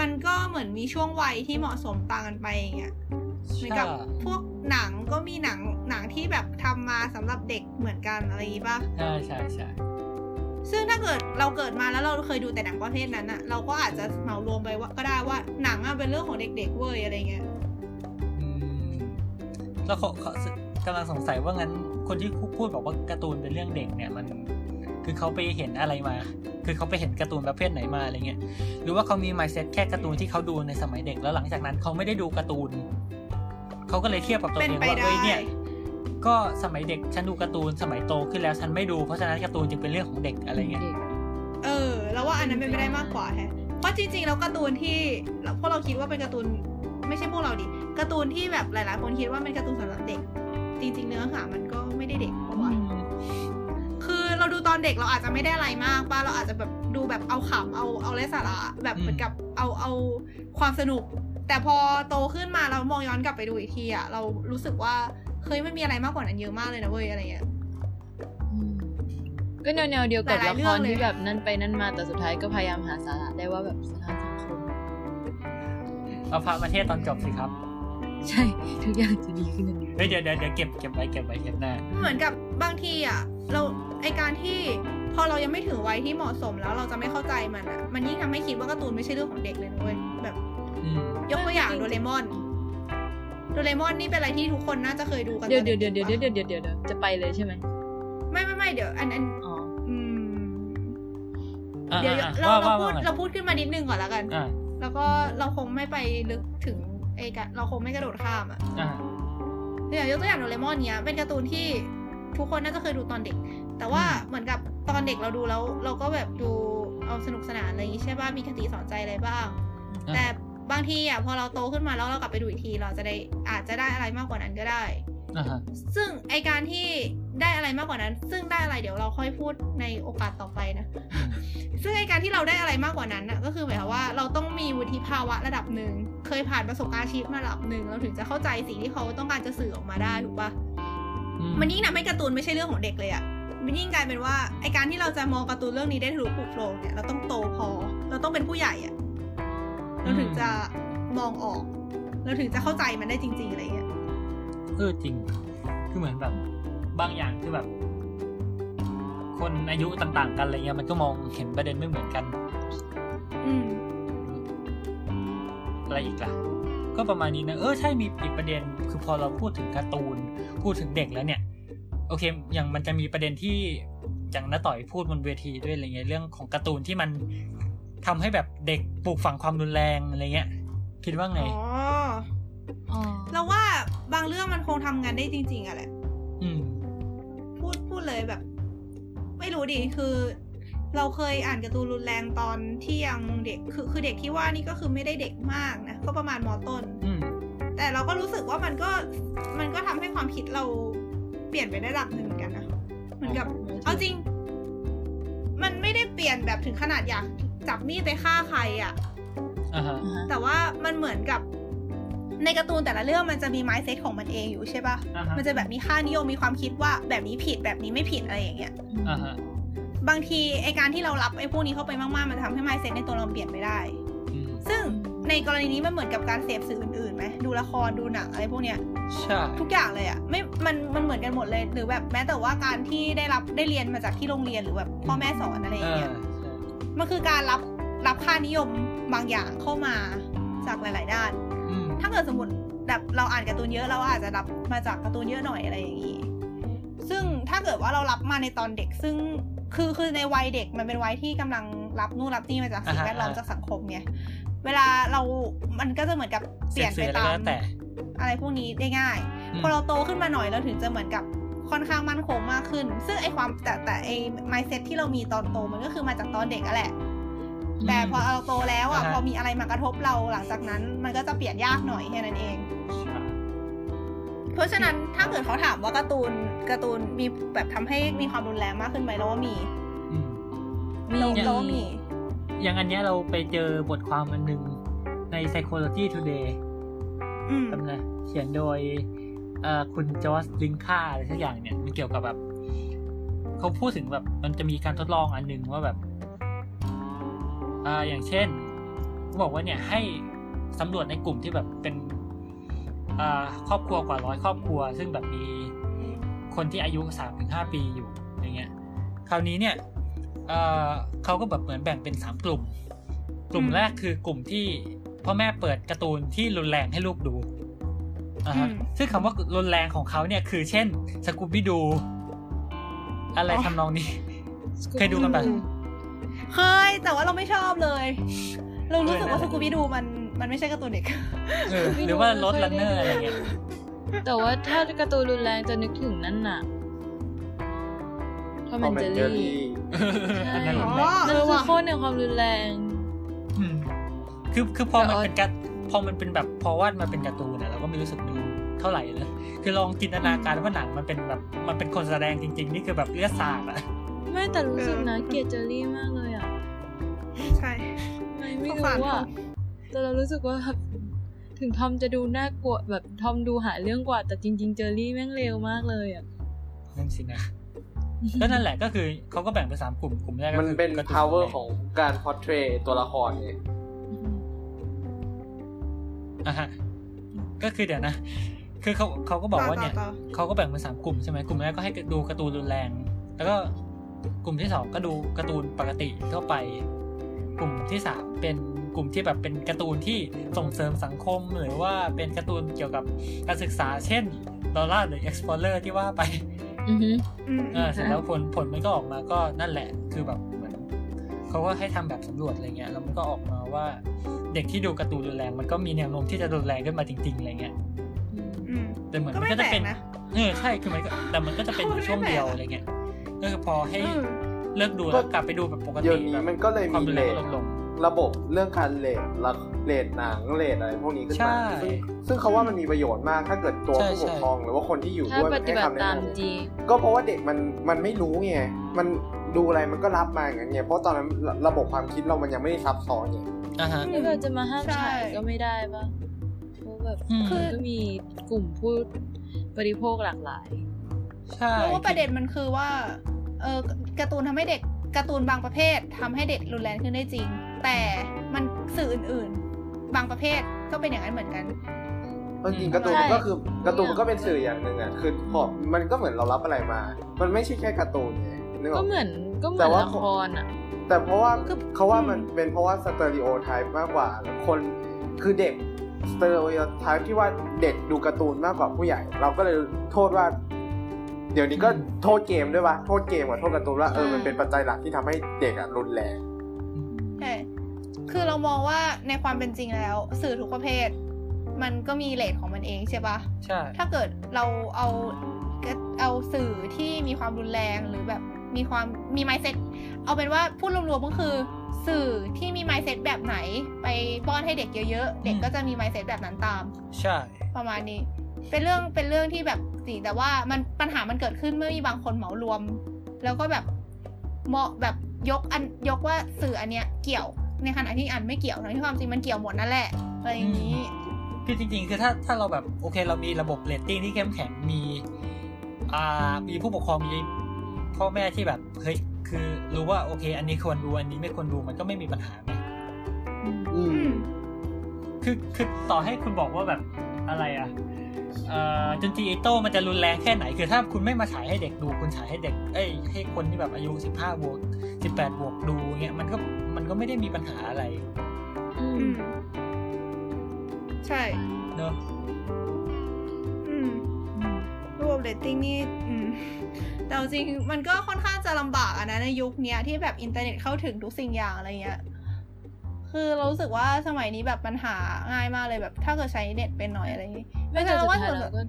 S6: มันก็เหมือนมีช่วงวัยที่เหมาะสมต่างกันไปอย่างเงี้ย เหมือน
S4: ใช่
S6: กับพวกหนังก็มีหนังหนังที่แบบทำมาสำหรับเด็กเหมือนกันอะไรอย่างงี้ป่ะ
S4: ใช่ใช่ใช่
S6: ซึ่งถ้าเกิดเราเกิดมาแล้วเราเคยดูแต่หนังประเภทนั้นอะเราก็อาจจะเหมารวมไปว่าก็ได้ว่าหนังอะเป็นเรื่องของเด็กๆเว้ยอะไรเงี้ย
S4: อืมแล้วเขาเขากำลังสงสัยว่างั้นคนที่พูดบอกว่าการ์ตูนเป็นเรื่องเด็กเนี่ยมัน คือเขาไปเห็นอะไรมา คือเขาไปเห็นการ์ตูนประเภทไหนมาอะไรเงี้ยหรือว่าเขามี mindset แค่การ์ตูนที่เขาดูในสมัยเด็กแล้วหลังจากนั้นเขาไม่ได้ดูการ์ตูนเขาก็เลยเทียบกับตัว
S6: เป็น
S4: เอง
S6: ไป
S4: ว่า
S6: ได้
S4: เอ้ยเนี่ย ก็สมัยเด็กฉันดูการ์ตูนสมัยโตขึ้นแล้วฉันไม่ดูเพราะฉะนั้นการ์ตูนจึงเป็นเรื่องของเด็กอะไรเงี้ย
S6: เออเราว่าอันนั้นเป็นไปได้มากกว่าแฮะ เพราะจริงๆแล้วการ์ตูนที่พวกเราคิดว่าเป็นการ์ตูนไม่ใช่พวกเราดิการ์ตูนที่แบบหลายๆ คนคิดว่าเป็นการ์ตูนสำหรับเด็ก จริง ๆ เนื้อหามันก็ไม่ได้เด็กเพราะว่าคือเราดูตอนเด็กเราอาจจะไม่ได้อะไรมากป้าเราอาจจะแบบดูแบบเอาขำเอาเอาไร้สาระแบบ
S4: อืม
S6: เหมือนกับเอาเอาความสนุก แต่พอโตขึ้นมาเรามองย้อนกลับไปดูอีกทีอะเรารู้สึกว่าเฮ้ยมันมีอะไรมากกว่านั้นเยอะมากเลยนะเว้ยอะไรเงี้ย
S5: ก็แนวแนวๆเดียวกับ
S6: หลา
S5: ละ
S6: ยๆเรื่
S5: ค
S6: อง
S5: ร
S6: เลย
S5: ที่แบบนั่นไปนั่นมาแต่สุดท้ายก็พยายามหาสาระได้ว่าแบบสถานสังคม
S4: เอาพระมาเทศตอนจบสิครับ
S5: ใช่ ทุกอย่างจะดีขึ้นเลย
S4: เฮ้ยเดี๋ยวเดี๋ยวเดี๋ยวเก็บเก็บไว้เก็บไว้เทปหน้า
S6: เหมือนกับบางทีอ่ะเราไอการที่พอเรายังไม่ถึงวัยที่เหมาะสมแล้วเราจะไม่เข้าใจมันอ่ะมันยิ่งทำให้คิดว่าการ์ตูนไม่ใช่เรื่องของเด็กเลยนะเว้ยแบบ
S4: อืม
S6: ยกตัวอย่างโดเรมอนโดเรมอนนี่เป็นอะไรที่ทุกคนน่าจะเคยดูกัน
S5: เดี๋ยว
S6: ต
S5: เดี๋ยว
S6: อ
S5: น เดี๋ยวเดี๋ยว
S6: ด็กๆ
S5: เดี๋ยวเดี๋ยวเดี๋ยวเดี๋ยวจะไปเลยใช่ไหม
S6: ปะไม่ไม่ไม่เดี๋ยวอันอัน
S5: อ๋อ
S6: อืม
S4: อ่ะ
S6: เดี๋ยว
S4: อ่ะ
S6: เรา
S4: อ่ะ
S6: เรา
S4: ว่า
S6: พู
S4: ว่า
S6: ด
S4: ว่า
S6: เราพูดขึ้นมานิดนึงก่อนแล้วกัน
S4: อ่ะ
S6: แล้วก็เราคงไม่ไปลึกถึงไอกะเราคงไม่กระโดดข้ามอ่ะ
S4: อ่ะ
S6: เนี่ยยกตัวอย่างโดเรมอนเนี้ยเป็นการ์ตูนที่ทุกคนน่าจะเคยดูตอนเด็ก แต่ว่าเหมือนกับตอนเด็กเราดูแล้ว เราก็แบบดูเอาสนุกสนานอะไรอย่างงี้ใช่ป่ะมีคติสอนใจอะไรบ้าง
S4: ะ
S6: แต่บางทีอ่ะพอเราโตขึ้นมาแล้วเรากลับไปดูอีกที เราจะได้อาจจะได้อะไรมากกว่านั้นก็ได้
S4: อ่ะฮะ
S6: ซึ่งไอการที่ได้อะไรมากกว่านั้น ซึ่งได้อะไรเดี๋ยวเราค่อยพูดในโอกาสต่อไปนะ ซึ่งไอการที่เราได้อะไรมากกว่านั้นน่ะก็คือหมายความว่าเราต้องมีวุฒิภาวะระดับหนึ่ง เคยผ่านประสบการณ์ชีวิตมาระดับหนึ่งเราถึงจะเข้าใจสิ่งที่เขาต้องการจะสื่อออกมาได้ถูกปะ
S4: อืม
S6: มันยิ่งทำให้การ์ตูนไม่ใช่เรื่องของเด็กเลยอะมันยิ่งกลายเป็นว่าไอการที่เราจะมองการ์ตูนเรื่องนี้ได้ทะลุปลุกโปรงเนี่ยเราต้องโตพอ เราต้องเป็นผู้ใหญ่อะเราถึงจะมองออก เราถึงจะเข้าใจมันได้จริงๆอะไรเงี้ย
S4: เออจริง คือเหมือนแบบบางอย่างคือแบบ คนอายุต่างๆ กันอะไรเงี้ยมันก็มองเห็นประเด็นไม่เหมือนกัน
S6: อืม
S4: อะไรอีกล่ะ ก็ประมาณนี้นะ เออใช่มีอีกประเด็น คือพอเราพูดถึงการ์ตูน พูดถึงเด็กแล้วเนี่ย โอเค อย่างมันจะมีประเด็นที่อย่างน้าต่อยพูดบนเวทีด้วยอะไรเงี้ย เรื่องของการ์ตูนที่มันทำให้แบบเด็กปลูกฝังความรุนแรงอะไรเงี้ย คิดว่าไง
S6: อ๋อ
S5: อ๋อ
S6: เราว่าบางเรื่องมันคงทำงานได้จริง ๆอะแหละ
S4: อืม
S6: พูดพูดเลยแบบ ไม่รู้ดิคือ เราเคยอ่านการ์ตูนรุนแรงตอนที่ยังเด็ก คือคือเด็กที่ว่านี่ก็คือไม่ได้เด็กมากนะ ก็ประมาณมต้น
S4: อืม
S6: แต่เราก็รู้สึกว่ามันก็มันก็ทำให้ความคิดเราเปลี่ยนไปได้ระดับหนึ่งเหมือนกันนะเหมือนกับ เอาจริง มันไม่ได้เปลี่ยนแบบถึงขนาดอยากจับมีดไปฆ่าใครอะ่ะ
S4: อ่าฮะ
S5: อ่าฮะ
S6: แต่ว่ามันเหมือนกับ ในการ์ตูนแต่ละเรื่องมันจะมีไม้เซตของมันเองอยู่ใช่ปะ
S4: อ่าฮะ
S6: มันจะแบบมีค่านิยมมีความคิดว่าแบบนี้ผิดแบบนี้ไม่ผิดอะไรอย่างเงี้ย
S4: อ่าฮะ
S6: บางทีไอการที่เรารับไอพวกนี้เข้าไปมากๆ มันทำให้ไมเซ็ตในตัวเราเปลี่ยนไปได้
S4: อืม
S6: ซึ่งในกรณีนี้มันเหมือนกับการเสพสื่ออื่นๆไหมดูละครดูหนังอะไรพวกเนี้ย
S4: ใช่
S6: ทุกอย่างเลยอะไม่ มัน มันเหมือนกันหมดเลย หรือแบบแม้แต่ว่าการที่ได้รับได้เรียนมาจากที่โรงเรียนหรือแบบพ่อแม่สอนอะไรอ
S4: เอย่างอ
S6: เงี้ย มันคือการรับรับค่านิยมบางอย่างเข้ามาจากหลาย ๆ ด้าน
S4: อืม
S6: ถ้าเกิดสมมติแบบเราอ่านการ์ตูนเยอะเราอาจจะรับมาจากการ์ตูนเยอะหน่อยอะไรอย่างนี้ ซึ่งถ้าเกิดว่าเรารับมาในตอนเด็ก ซึ่งคือคือในวัยเด็กมันเป็นวัยที่กำลังรับนู่นรับนี่มาจากสิ่ง
S4: อ่าฮะ
S6: แวดล้อมจากสังคมไงเวลาเรา มันก็จะเหมือนกับเปลี่ยนไป
S4: สื่ออะไรก็
S6: ตาม
S4: แล้วแต่
S6: อะไรพวกนี้ได้ง่าย
S4: ม
S6: พอเราโตขึ้นมาหน่อยเราถึงจะเหมือนกับค่อนข้างมั่นคงมากขึ้น ซึ่งไอความแต่แต่ไอ mindset ที่เรามีตอนโตมันก็คือมาจากตอนเด็กอะแหละ แต่พอเราโตแล้วอ่ะพอมีอะไรมากระทบเราหลังจากนั้น มันก็จะเปลี่ยนยากหน่อยแค่นั้นเอง เพราะฉะนั้นถ้าเกิดเขาถามว่าการ์ตูนการ์ตูนมีแบบทำให้มีความรุนแรงมากขึ้นไหมเราว่ามี
S4: อืม
S5: มี
S6: เราเรา
S5: มี
S6: ว่ามี
S4: อย่างอันเนี้ยเราไปเจอบทความอันหนึ่งใน Psychology Today
S6: อืม
S4: จำนะเขียนโดยเอ่อคุณจอร์จลินค่าอะไรสักอย่างเนี่ย มันเกี่ยวกับแบบ เขาพูดถึงแบบมันจะมีการทดลองอันหนึ่งว่าแบบอ่าอย่างเช่นเขาบอกว่าเนี่ยให้สำรวจในกลุ่มที่แบบเป็นอ่าครอบครัวกว่าร้อยครอบครัว ซึ่งแบบมีคนที่อายุสามถึงห้าปีอยู่อย่างเงี้ย คราวนี้เนี่ยเอ่อเขาก็แบบเหมือนแบ่งเป็นสามกลุ่ม กลุ่ม
S6: อืม
S4: แรกคือกลุ่มที่พ่อแม่เปิดการ์ตูนที่รุนแรงให้ลูกดูอ่าฮะ
S6: อืม
S4: ซึ่งคำว่ารุนแรงของเขาเนี่ยคือเช่นสกูบี้ดู อะไรทำนองนี้ เคยดูกันปะ
S6: เคยแต่ว่าเราไม่ชอบเลย เรารู้สึกว่า
S4: เออนั่นแหละ
S6: สกูบิดูมันมันไม่ใช่การ์ตูนเด็ก
S4: เออหรือว่ารถลันเนอร์อะไรเงี้ย
S5: แต่ว่าถ้าการ์ตูนรุนแรงจะนึกถึงนั่นน่ะทอม
S3: คอม
S5: แอน
S3: เมนต์
S5: เจอ
S3: เยอะ
S5: รี่
S3: ที่
S4: อันนั้นรุน
S6: อ๋
S4: แร
S6: อ
S5: นั่น
S6: งเออ
S5: คือ
S6: ว่ะ
S5: โคตรในความรุนแรง
S4: อืมคือคือพอ
S5: แต่
S4: มัน
S5: ออน
S4: เป็นการพอมันเป็นแบบพอวาดมาเป็นการ์ตูนอะเราก็ไม่รู้สึกดูเท่าไหร่เลยคือลองจินตนาการว่าหนังมันเป็นแบบมันเป็นคนแสดงจริง ๆ นี่คือแบบเลือดสาดอะ
S5: ไม่แต่รู้สึกนะ
S6: เออ
S5: เกลียดเจอรี่มากเลยอ่ะ
S6: ใช่
S5: ไม่ไม่
S6: สงสาร
S5: รู้อ่ะ
S6: ทอม
S5: แต่เรารู้สึกว่าแบบถึงทอมจะดูน่ากลัวแบบทอมดูหาเรื่องกว่า แต่จริง ๆ เจอรี่แม่งเลวมากเลยอ่ะ
S4: นั่นสินะก็นั่นแหละก็คือเขาก็แบ่งเป็นสามกลุ่มกลุ่มแรกก็
S3: มัน
S4: คือ
S3: เป็น
S4: การ์ตู
S3: power ของการ portray ตัวละครเนี่ย
S4: อ่ะฮะก็คือเดี๋ยวนะ คือเขาเขาก็บอกว่าเนี่ย เขาก็แบ่งเป็นสามกลุ่มใช่ไหมกลุ่มแรกก็ให้ดูการ์ตูนรุนแรง แล้วก็กลุ่มที่สองก็ดูการ์ตูนปกติทั่วไป กลุ่มที่สามเป็นกลุ่มที่แบบเป็นการ์ตูนที่ส่งเสริมสังคม หรือว่าเป็นการ์ตูนเกี่ยวกับการศึกษา เช่นดอลลาร์หรือ explorer ที่ว่าไป
S5: อือหือ
S6: อืม
S4: เออเสร็จแล้วผลผลมันก็ออกมาก็นั่นแหละคือแบบเหมือนเขาก็ให้ทำแบบสำรวจอะไรเงี้ยแล้วมันก็ออกมาว่าเด็กที่ดูการ์ตูนรุนแรงมันก็มีแนวโน้มที่จะรุนแรงขึ้นมาจริงๆอะไรเงี้ย
S6: อืม
S4: แต่เหมือน
S6: ก็
S4: มัน
S6: ไม่
S4: ก็
S6: แป
S4: จะ
S6: ล
S4: เป็
S6: ก
S4: น
S6: นะ
S4: เออใช่คือมันก็แต่มันก็จะเป็นอยู่ช่วงเดียวอะไรเงี้ยก็คือพอให้
S6: อืม
S4: เลิกดูแล้วกลับไปดูแบบปก
S3: เดี๋ย
S4: ติ
S3: วนี้
S4: แบบ
S3: มันก็เลย
S4: ความ
S3: มี
S4: รุน
S3: เล
S4: แร
S3: ท
S4: งลดลง
S3: ระบบเรื่องการเลทละเลทหนังเลทอะไรพวกนี้ขึ้น
S4: ใช่
S3: มาซึ่งซึ่งเขาว่ามันมีประโยชน์มาก ถ้าเกิดตัว
S4: ใช่
S3: ผู้ปก
S4: ใช่
S3: ครองหรือว่าคนที่อยู่
S5: ถ้า
S3: ด้วย
S5: ป
S3: มัน
S5: ฏิ
S3: ให้
S5: บั
S3: คำ
S5: ติ
S3: แนะ
S5: ตาม
S3: นำ
S5: จริง
S3: ก็เพราะว่าเด็กมันมันไม่รู้ไง มันดูอะไรมันก็รับมาอย่างนั้นไงเพราะตอนนั้นระระบบความคิดเรามันยังไม่ได้ซับซ้อนไง
S4: อ่ะฮะ
S5: ถ้าเราจะมาห้าม
S6: ใช่
S5: ฉายก็ไม่ได้ปะเพราะแบบ
S4: อืม
S6: คือ
S5: ก็มีกลุ่มผู้บริโภคหลากหลาย
S4: ใช่
S6: เพราะว่าประเด็นมันคือว่าเออการ์ตูนทำให้เด็กการ์ตูนบางประเภททำให้เด็กรุนแรงขึ้นได้จริง แต่มันสื่ออื่นๆ บางประเภทก็เป็นอย่างนั้นเหมือนกัน
S3: เพราะจริงการ์ตูน
S5: ใช่
S3: มันก็คือการ์ตูนมันก็เป็นสื่ออย่างหนึ่งอ่ะคือพอมันก็เหมือนเรารับอะไรมา มันไม่ใช่แค่การ์ตูนไงนึกอ
S5: ก็
S3: อก
S5: เห
S3: ปะ
S5: มือนก็เหมื
S3: แต่
S5: อน
S3: ว่า
S5: ละครอ่ะ
S3: แต่เพราะว่า
S6: คือ
S3: เขาว่า
S6: อืม
S3: มันเป็นเพราะว่าสเตอริโอไทป์มากกว่าคนคือเด็กสเตอริโอไทป์ที่ว่าเด็กดูการ์ตูนมากกว่าผู้ใหญ่ เราก็เลยโทษว่า เดี๋ยวนี้ก็โทษเกมด้วยวะโทษเกมกับโทษการ์ตูนว่าเออมันเป็นปัจจัยหลักที่ทำให้เด็กอะรุนแรง
S6: ใช่คือเรามองว่าในความเป็นจริงแล้ว สื่อทุกประเภท มันก็มีเลทของมันเองใช่ปะ
S4: ใช่
S6: ถ้าเกิดเราเอาเอาสื่อที่มีความรุนแรงหรือแบบมีความมีไมเซ็ตเอาเป็นว่าพูดรวมๆก็คือ สื่อที่มีไมเซ็ตแบบไหน ไปป้อนให้เด็กเยอะๆ เด็กก็จะมีไมเซ็ตแบบนั้นตาม
S4: ใช่
S6: ประมาณนี้ เป็นเรื่องเป็นเรื่องที่แบบสิแต่ว่ามันปัญหามันเกิดขึ้นเมื่อมีบางคนเหมารวม แล้วก็แบบเหมาะแบบยกอันยกว่าสื่ออันเนี้ยเกี่ยวในขณะที่อันไม่เกี่ยวทั้งที่ความจริงมันเกี่ยวหมดนั่นแหละอะไรอย่างนี้
S4: คือจริงๆ คือถ้าถ้าเราแบบโอเคเรามีระบบเรตติ้งที่เข้มแข็งมีอ่ามีผู้ปกครองมีพ่อแม่ที่แบบเฮ้ยคือรู้ว่าโอเค อันนี้ควรดูอันนี้ไม่ควรดูมันก็ไม่มีปัญหาไง
S6: อืม
S4: คือคือต่อให้คุณบอกว่าแบบอะไรอะเอ่อจุนจีอิโต้มันจะรุนแรงแค่ไหน คือถ้าคุณไม่มาฉายให้เด็กดู คุณฉายให้เด็ก เอ้ยให้คนที่แบบอายุ 15 บวก 18 บวกดูเงี้ยมันก็มันก็ไม่ได้มีปัญหาอะไร
S5: อืม
S6: อืม ใช่
S4: เนอะ
S6: อืมระบบเรตติ้งนี่อืม แต่เอาจริงมันก็ค่อนข้างจะลำบากอะนะในยุคเนี้ยที่แบบอินเทอร์เน็ตเข้าถึงทุกสิ่งอย่างอะไรเงี้ย คือเรารู้สึกว่าสมัยนี้แบบปัญหาง่ายมากเลยแบบ ถ้าเกิดใช้เน็ตเป็นหน่อยอะไรอย่างงี้
S5: ไม่แต่
S6: เรา
S5: สุด
S6: ว่า
S5: ท้าย
S6: ส่วน
S5: เราก็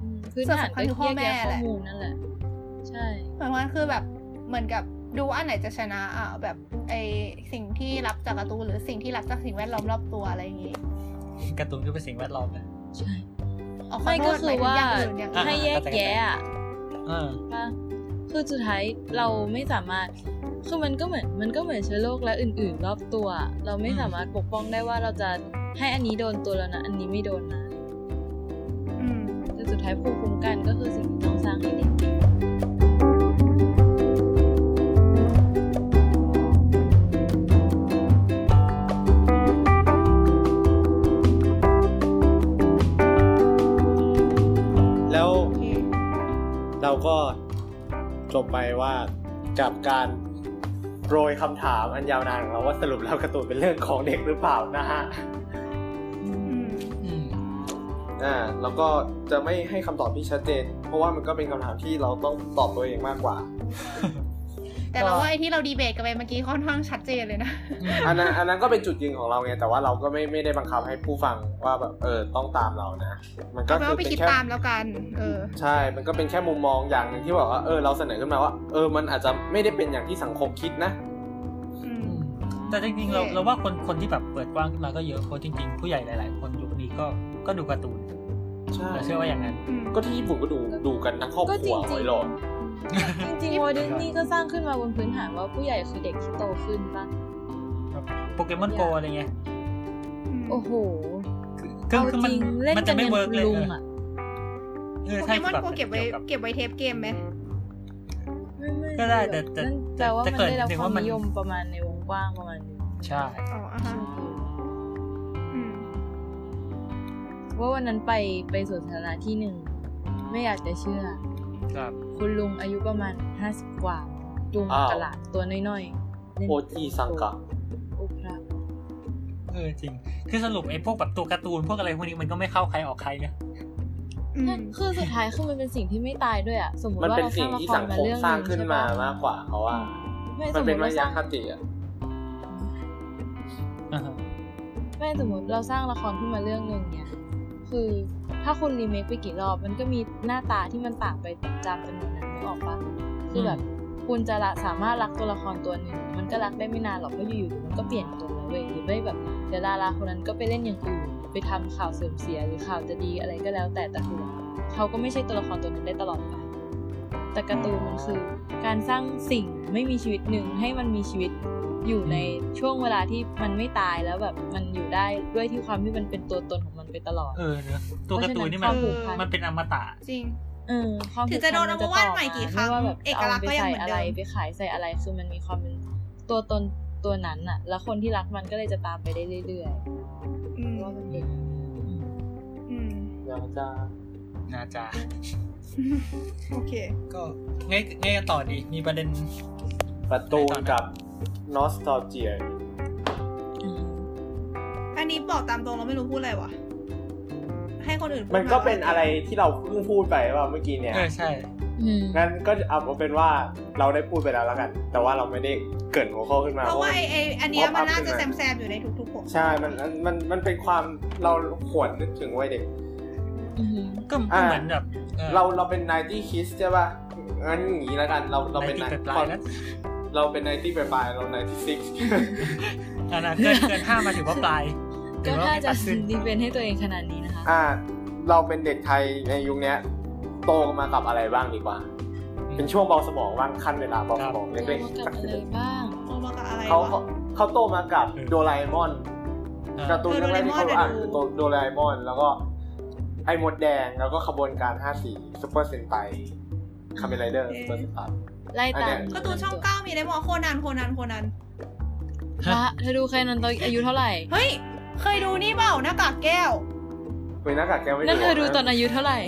S5: อืมพื้นฐานก็
S6: ส่วนสำคัญคือพ่อ
S5: แยก
S6: แม่
S5: แยะข้อ
S6: แหละ
S5: มูลนั่นแหละ ใช่
S6: เหมือนมันคือแบบเหมือนกับดูอันไหนจะชนะอ่ะแบบไอสิ่งที่รับจากการ์ตูนหรือสิ่งที่รับจากสิ่งแวดล้อมรอบตัวอะไรอย่างงี้
S4: การ์ตูนก็เป็นสิ่งแวดล้อมนะ
S5: ใช่
S6: เอาขอ
S5: ไม่
S6: โท
S5: ก็
S6: ษ
S5: คือย
S6: หมาถึง
S5: ว่า
S6: อย่างอื่นอย่างอื่น
S5: ให้แยกแยะอะ
S4: เออ
S5: ว่าคือสุดท้ายเราไม่สามารถ คือมันก็เหมือนมันก็เหมือนเชื้อโรคและอื่น ๆ รอบตัว เราไม่
S4: อืม
S5: สามารถปกป้องได้ว่าเราจะให้อันนี้โดนตัวเรานะ อันนี้ไม่โดนนะ
S6: อืม
S5: แต่สุดท้ายภูมิคุ้มกันก็คือสิ่งที่ต้องสร้างให้เด็ก
S3: จบไปว่ากับการโปรยคำถามอันยาวนานของเราว่าสรุปแล้วการ์ตูนเป็นเรื่องของเด็กหรือเปล่านะฮะ
S6: อืม
S4: อืม
S3: อ่าแล้วก็จะไม่ให้คำตอบที่ชัดเจน เพราะว่ามันก็เป็นคำถามที่เราต้องตอบตัวเองมากกว่า
S6: แต่เราว่าไอ้ที่เราดีเบตกันไปเมื่อกี้ค่อนข้างชัดเจนเลยนะ
S3: อันนั้นอันนั้นก็เป็นจุดยืนของเราไงแต่ว่าเราก็ไม่ไม่ได้บังคับให้ผู้ฟังว่าแบบเออต้องตามเรานะ มันก็
S6: เอา
S3: คื
S6: เป็น
S3: อ
S6: ว่าไป
S3: เป็น
S6: คิด
S3: แค่
S6: ตามแล้วกัน เออ
S3: ใช่ มันก็เป็นแค่มุมมองอย่างหนึ่งที่บอกว่าเออเราเสนอขึ้นมาว่าเออมันอาจจะไม่ได้เป็นอย่างที่สังคมคิดนะ
S6: อืม
S4: อืมแต่จริงๆเรา
S6: โอเค
S4: เราว่าคนคนที่แบบเปิดกว้างขึ้นมาก็เยอะเพราะจริงๆ ผู้ใหญ่หลาย ๆ คนยุคนี้ก็ก็ดูการ์ตูน
S3: ใช่
S4: เราเชื่อว่าอย่างนั้น
S6: อืม
S3: ก็ที่ญี่ปุ่นก็ดูดูกันทั้งครอบ
S5: ก็
S3: ครั
S5: จริ
S3: ว
S5: งๆ
S3: ไว้หรอก
S5: จริงๆวอลดิสนีย์ก็สร้างขึ้นมาบนพื้นฐานว่าผู้ใหญ่คือเด็กที่โตขึ้นป่ะ
S4: โปเกมอนโกอะไรเงี้ย
S5: โอ้โห
S4: คือ
S5: เอา
S4: คือ
S5: จ
S4: มัน
S5: ริงเล่น
S4: มัน
S5: กั
S4: จะ
S5: น
S4: ไม่
S5: ยัง
S4: เวิร์ก
S5: คุณ
S4: เลย
S5: ลุงอ่ะ
S4: เออ
S6: โป
S4: ใช่
S6: เกมอน
S4: แบบ
S6: โกเก็บไว้
S4: ยว
S6: เก็บไว้เทปเกมไหม
S5: ไม่ม่
S4: ก็ได้แต่แต่
S5: นั่นแปลว่า
S4: แต่
S5: มัน
S4: เกิด
S5: ได้รับ
S4: ถึง
S5: ควา
S4: ว่ามั
S5: ม
S4: น
S5: นิยมประมาณในวงกว้างประมาณนึง
S4: ใช่
S6: อ๋ออ่ะฮะอืม
S5: ว่าวันนั้นไปไปสวนสาธารณะที่หนึ่ง ไม่อยากจะเชื่อ
S4: ครับ
S5: คุณลุงอายุประมาณห้าสิบกว่าจูงกระหลาดตัวน้อยๆเล่น
S3: โอจีซังกะ
S5: โอ้พระ
S4: เออจริง คือสรุปไอ้พวกแบบตัวการ์ตูนพวกอะไรพวกนี้มันก็ไม่เข้าใครออกใครนะ
S6: อืม
S5: คือสุดท้ายคือมันเป็นสิ่งที่ไม่ตายด้วยอ่ะ สมมติ
S3: มัน
S5: ว่า
S3: เป็น
S5: เราส
S3: สิ่
S5: ร้าง
S3: ง
S5: ละ
S3: ที่สังค
S5: ครมา
S3: ม
S5: เรื่อง
S3: สร้าง
S5: ห
S3: ขึ้น
S5: ใช่
S3: มาม
S5: ปะ
S3: มากกว่าเพราะว่า
S5: ไส
S3: มัน
S5: ติ
S3: เป็นมาร
S5: ส
S3: ยา
S5: ร้ง
S3: คติอ่ะ
S4: อ่าฮะ
S5: ไม่สมมติเราสร้างละครขึ้นมาเรื่องหนึ่งเนี่ย คือถ้าคุณรีเมคไปกี่รอบ มันก็มีหน้าตาที่มันต่างไปตามจำนวนนั้นไม่ออกปะคือแบบคุณจะละสามารถรักตัวละครตัวหนึ่ง มันก็รักได้ไม่นานหรอกเพราะอยู่ๆมันก็เปลี่ยนตัวแล้วเว้ยหรือไม่แบบเดี๋ยวดาราคนนั้นก็ไปเล่นอย่างอื่นไปทำข่าวเสื่อมเสียหรือข่าวจะดีอะไรก็แล้ว แต่แต่คือเขาก็ไม่ใช่ตัวละครตัวนั้นได้ตลอดไปแต่การ์ตูนมันคือ การสร้างสิ่งไม่มีชีวิตหนึ่งให้มันมีชีวิตอยู่ในช่วงเวลาที่มันไม่ตายแล้วแบบมันอยู่ได้ด้วยที่ความที่มันเป็นตัวตนของมันไปตลอด
S4: เออเนอะตัวการ์ตูนนี่มัน
S5: เพราะฉะนั้นความผูกพัน
S4: มันเป็นอมตะ
S6: จริง
S5: เออความ
S6: ถึงจะโดนเอามาวาดใหม่กี่ครั้ง
S5: ไม่ว่าแบบ
S6: เอกลักษณ์ก็ยังเหมือน
S5: าไป
S6: เดิม
S5: ใส่อะไรไปขายใส่อะไรคือมันมีความเป็นตัวตนตัวนั้นอะแล้วคนที่รักมันก็เลยจะตามไปได้เรื่อย
S6: อืม
S5: ๆว่ามันเป็น
S6: อืม
S3: ยังจะ
S4: นาจา
S6: โอเค
S4: ก็ไงไงกันต่อดี มีประเด็น
S3: ประตูนกับนอสตอเจีย
S5: อืม
S6: อันนี้บอกตามตรงเราไม่รู้พูดอะไรวะ ให้คนอื่นพูด
S3: มันก็
S6: า
S3: เป็นอะไรที่เราเพิ่งพูดไปว่าเมื่อกี้เนี่ย
S4: เออใช่
S5: อืม
S3: งั้นก็เอาเป็นว่าเราได้พูดไปแล้วแล้วกัน แต่ว่าเราไม่ได้เกริดหัวข้อขึ้นมา
S6: เพราะว่าไอ้ไอ้อันเนี้ยมันน่าจะแซม
S3: ม
S6: แซมๆอยู่ในทุกๆผม
S3: ใช่ มันมันมันมันเป็นความเราขวนนึกถึงวัยเด็ก
S5: อืม
S4: ก็ก็เหมือนแบบออ
S3: เราเราเป็นนายที่คิสใช่ป่ะ งั้นอย่างนี้แล้วกัน เราเราเป็น
S4: 90
S3: 90
S4: ปลายๆแล้ว
S3: เราเป็นนายที่ปลายๆเรานายที่ซิก
S4: อ่านะเกินเกินห้ามาถือว่าปลาย
S5: ก็
S4: ถือว่
S5: ถ้า
S4: ไม่
S5: จะ
S4: ตัดขึ้น
S5: ดีเฟนให้ตัวเองขนาดนี้นะคะ
S3: อ่า เราเป็นเด็กไทยในยุคเนี้ย โตมากับอะไรบ้างดีกว่า เป็นช่วงเบาสมองบ้างขั้นเวลาเบาสมอง
S5: เรา
S3: เล็ก
S5: มา
S3: ๆ
S5: กลับ
S3: สัก
S5: มา
S3: นิด
S5: เล
S3: หนึ่
S5: ย
S3: ง
S5: บ้าง
S6: โตมากับอะไร
S3: เขาเขา
S6: วะ
S3: เขาโตมากับโดราเอมอน
S4: เออ
S3: การ์ตูนเรื่องแรกที่เขาอ่านคือ
S6: โดเรมอน
S3: โดราเอมอน แล้วก็ไอ้มดแดงแล้วก็ขบวนการห้าสีซูเปอร์เซนไตคาเมนไรเดอร์ซูเปอร์เซนไต
S5: ไล่ตาม
S3: อันเนี้ย
S6: การ์ตูนช่องเก้ามีได้มอโคนันโคนันโคนัน
S5: พระเธอดูใครนอนตอนอายุเท่าไหร่
S6: เฮ้ย เคยดูนี่เปล่าหน้ากากแก้ว
S3: เว้ยหน้ากากแกวไม่
S5: นั่นเธอดูตอน
S3: นะ
S5: อายุเท่าไหร่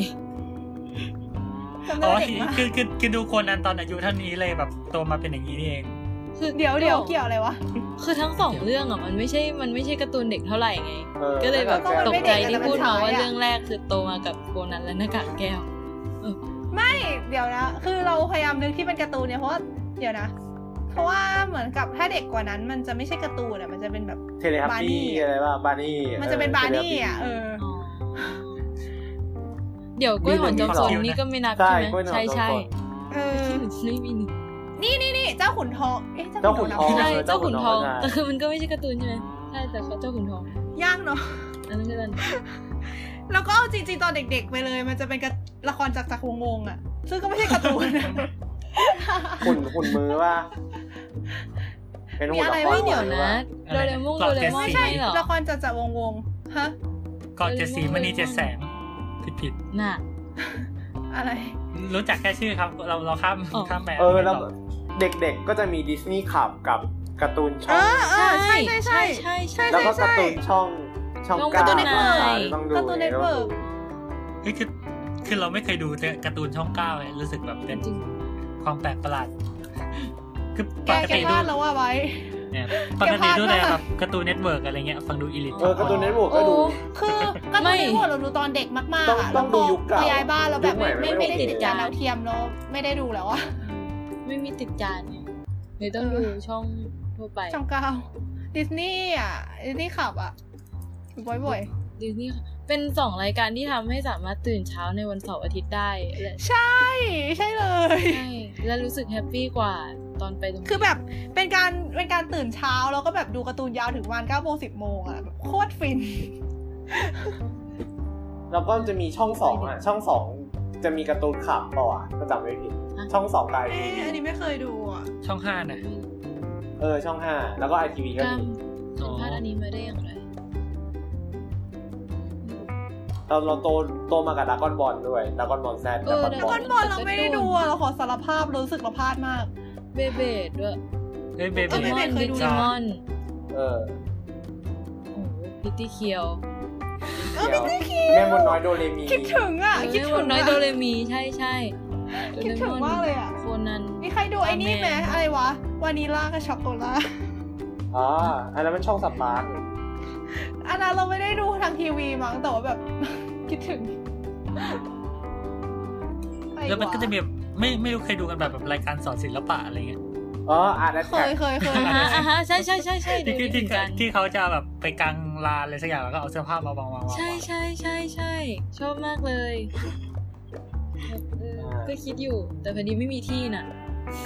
S6: จำ
S4: อ๋อ
S6: ได้เด็ก
S4: ที่
S6: มาก
S4: คือคือคือดูคนนั้นตอนอายุเท่านี้เลยแบบโตมาเป็นอย่างนี้นี่เอง
S5: คือ
S6: เดี๋ยวเดี๋ยวเกี่ยวอะไรวะ
S5: คือทั้งสองเรื่องอ่ะมันไม่ใช่ มันไม่ใช่การ์ตูนเด็กเท่าไหร่ไง
S3: ออ
S5: ก็เลยแบบ
S3: หน้าา
S5: ต
S3: ว
S5: กใจ
S6: มันไม่
S5: ที่
S6: เด็กอะ
S5: พูดมา
S6: แต่มัน
S5: ว่า
S6: สายอะ
S5: เรื่องแรกคือโตมากับโกนันและหน้ากากแก้ว
S6: ไม่เดี๋ยวนะ คือเราพยายามนึกที่เป็นการ์ตูนเนี่ยเพราะว่าเดี๋ยวนะ เพราะว่าเหมือนกับถ้าเด็กกว่านั้น มันจะไม่ใช่การ์ตูนอะมันจะเป็นแบบ
S3: เทเลฮับบ
S6: าร์นี่
S3: บี้อะไรว่าบาร์นี่
S6: มันจะเป็
S3: อบอ
S6: นาร์นี่
S3: ทเลฮับบี้
S6: อ่ะเออ
S5: เดี๋ยวกล้วยหอมจอมซน
S4: มีหนึ่ง
S5: นี่ก็ไม่นับ
S3: ใช่ก
S5: ใช่ไหม
S3: ล้วยหอม
S5: ใช่
S3: จอมซน
S5: ใช่
S6: เออ
S5: ไม่มีหนึ่ง
S6: นี่นี่นี่เจ้าขุนทอง เอ๊ะ
S3: เจ้าขุนทอง
S5: ใช่
S6: ใช่
S5: เจ้าขุนทอง
S3: เจ้าขุนทอง
S5: แต่คือมันก็ไม่ใช่การ์ตูนใช่ไหมใช่แต่เขาเจ้าขุนทอง
S6: ยากเนาะ
S5: อันนั้นก็เลย
S6: แล้วก็เอาจริงๆตอนเด็ก ๆ ไปเลย มันจะเป็นการ์ละครจากรจักรวงศ์วงศ์อ่ะ ซึ่งก็ไม่ใช่การ์ตูน อะ
S3: หุ่นหุ่นมือว่าเป็น
S6: มี
S3: หุ่น
S6: อะไร
S3: ล
S6: บ้า
S5: ไม่
S6: ง
S5: เดี๋ยวนะ
S4: อะ
S5: โด
S4: ไร
S5: เร
S4: นะ
S5: มอน
S4: กร
S5: โด
S4: อบ
S5: เร
S4: เจ็ด
S5: มอน
S4: สี
S5: ไม่ใช่เหรอ
S6: ละครจากรจักรวงศ์วงศ์ฮะ
S4: ก่อนเจ็ดสีมณีเจ็ดแสงผิดผิด
S5: น่ะ
S6: อะไร
S4: ๆรู้จักแค่ชื่อครับ เราเราข้าม
S5: อ๋อ
S4: ข้ามแบบ
S3: เออแล้ว
S4: ไม่ต่
S3: เด็กๆก็จะมีดิสนีย์ขับกับการ์ตูนช่
S6: เอ
S3: อง
S6: อเออใช่ใช่ใช่
S5: ใช่ใช่
S3: แล้วก็
S6: ใช่
S3: การ์ตูนช่องช่อง
S5: ช่อง
S3: เก้า
S5: การ์ตูนเน็ตเวิร์ก
S3: ต้องดู
S6: การ์ตูนเน็ตเวิร์ก
S4: เฮ้ยคือคือเราไม่เคยดูแต่การ์ตูนช่องเก้าเลยรู้สึกแบบเป็น
S5: จริง
S4: ความแปลกประหลาด คือ
S6: แก
S4: ปก
S6: แก
S4: ติ
S6: พ
S4: ดู
S6: ลาดแล้วว่าไว้
S4: เนี่ย
S6: แก
S4: ปกติ
S6: พลาด
S4: ดูแต่
S6: มาก
S4: แบบการ์ตูนเน็ตเวิร์กอะไรเงี้ยฟังดูอีลิท
S3: เออการ์ตูนเน็ตเวิร์ก
S5: โอ้
S3: ก็ดู
S6: คือการ์ตูนเน็ตเวิร์กเราดูตอนเด็กมาก
S3: ต้อง
S6: ๆะ
S3: ต้องดูยุคเก่า
S6: พอย้ายบ้านเราแบ
S3: ยุ
S6: บ
S3: คใหม่ไม่
S6: ไม่
S3: ไม่
S6: ไม่ได้
S3: ติ
S6: ติ
S3: ด
S6: ดจานดาวเทียมแล้วไม่ได้ดูแล้วอะ
S5: ไม่มีติดจานไงเลยต้องดูช่องทั่วไป
S6: ช่องเก้าดิสนีย์อ่ะดิสนีย์ขับอ่ะอยู่บ่อย
S5: ดิสนีย์เป็นสองรายการที่ทำให้สามารถตื่นเช้าในวันเสาร์อาทิตย์ได้และ
S6: ๆ ใช่ ใช่เลย
S5: ใช่และรู้สึกแฮปปี้กว่าตอนไปตรง
S6: คือแบบเป็นการเป็นการตื่นเช้าแล้วก็แบบดูการ์ตูนยาวถึงวันเก้าโมงสิบโมงอ่ะแบบโคตรฟิน
S3: แล้วก็จะมีช่องสองอ่ะ ช่องสองจะมีการ์ตูนขับต่ออ่ะก็จำไม่ผิด ช่องสองกาย
S6: เอ๊ะอันนี้ไม่เคยดูอ่ะ
S4: ช่องห้านะ
S3: เออช่องห้าแล้วก็ไอทีวีก็
S5: กล้าม
S3: มี
S5: ฉันพลาดอันนี้มาได้อย่างไร
S3: เราเราโตโตมากับดากอนบอลด้วยดากอนบอลแซด
S5: เอ
S3: ดา
S5: อ
S3: กอน
S6: ก้
S3: บอ
S6: อ
S3: ล
S6: นบอลเราไม่ได้ดูอ่ะเราขอสารภาพเรารู้สึกเราพลาดมาก
S5: เบเบดด้วย
S4: เอ้ยเบ
S5: ดิ
S4: เบ
S5: จิมอน
S6: เค
S5: ดิ
S6: ยดู
S5: จิมอน
S3: เออ
S5: โอ้โหพิตตี้เคียว
S6: เออไม่ได้คิด
S3: แม่มดน้อยโดเรมี
S6: คิดถึงอ่ะ
S5: เออ
S6: คิด
S5: ไม่หม
S6: ถึ
S5: ด
S6: ง
S5: น้อย
S6: อะ
S5: โดเรมีใช่ใช่โด
S6: คิด
S5: เร
S6: ถึง
S5: มอน
S6: มากเลยอะ
S5: โคนัน
S6: มีใครดูไอ้นี่ไหมอะไรวะวานิลากับช็อกโกแลต
S3: อ๋ออันนั้นมันช่องสปาร์ค
S6: อันนั้นเราไม่ได้ดูทางทีวีมั้งแต่ว่าแบบ คิดถึงอะไร
S4: แล้วมันก็จะมีแบบไม่ไม่รู้เคยดูกันแบบแบบรายการสอนศิลปะอะไรเงี้ย
S3: อ๋ออาร์ตแอท
S6: เค
S3: แท็ก
S6: ยเคยเคย
S5: อ่าฮะอ่าฮะใช่ใช่ใช่ใช่เดี๋
S4: ที่
S5: ยว
S4: ที่
S5: นี้เห
S4: ที่
S5: มือนกัน
S4: ที่เขาจะแบบไปกางลานอะไรสักอย่างแล้วก็เอาเสื้อผ้ามาวางวางวาง
S5: ใช่ใช่ใช่ใช่ชอบมากเลยเออก็คิดอยู่ แต่พอดีไม่มีที่น่ะ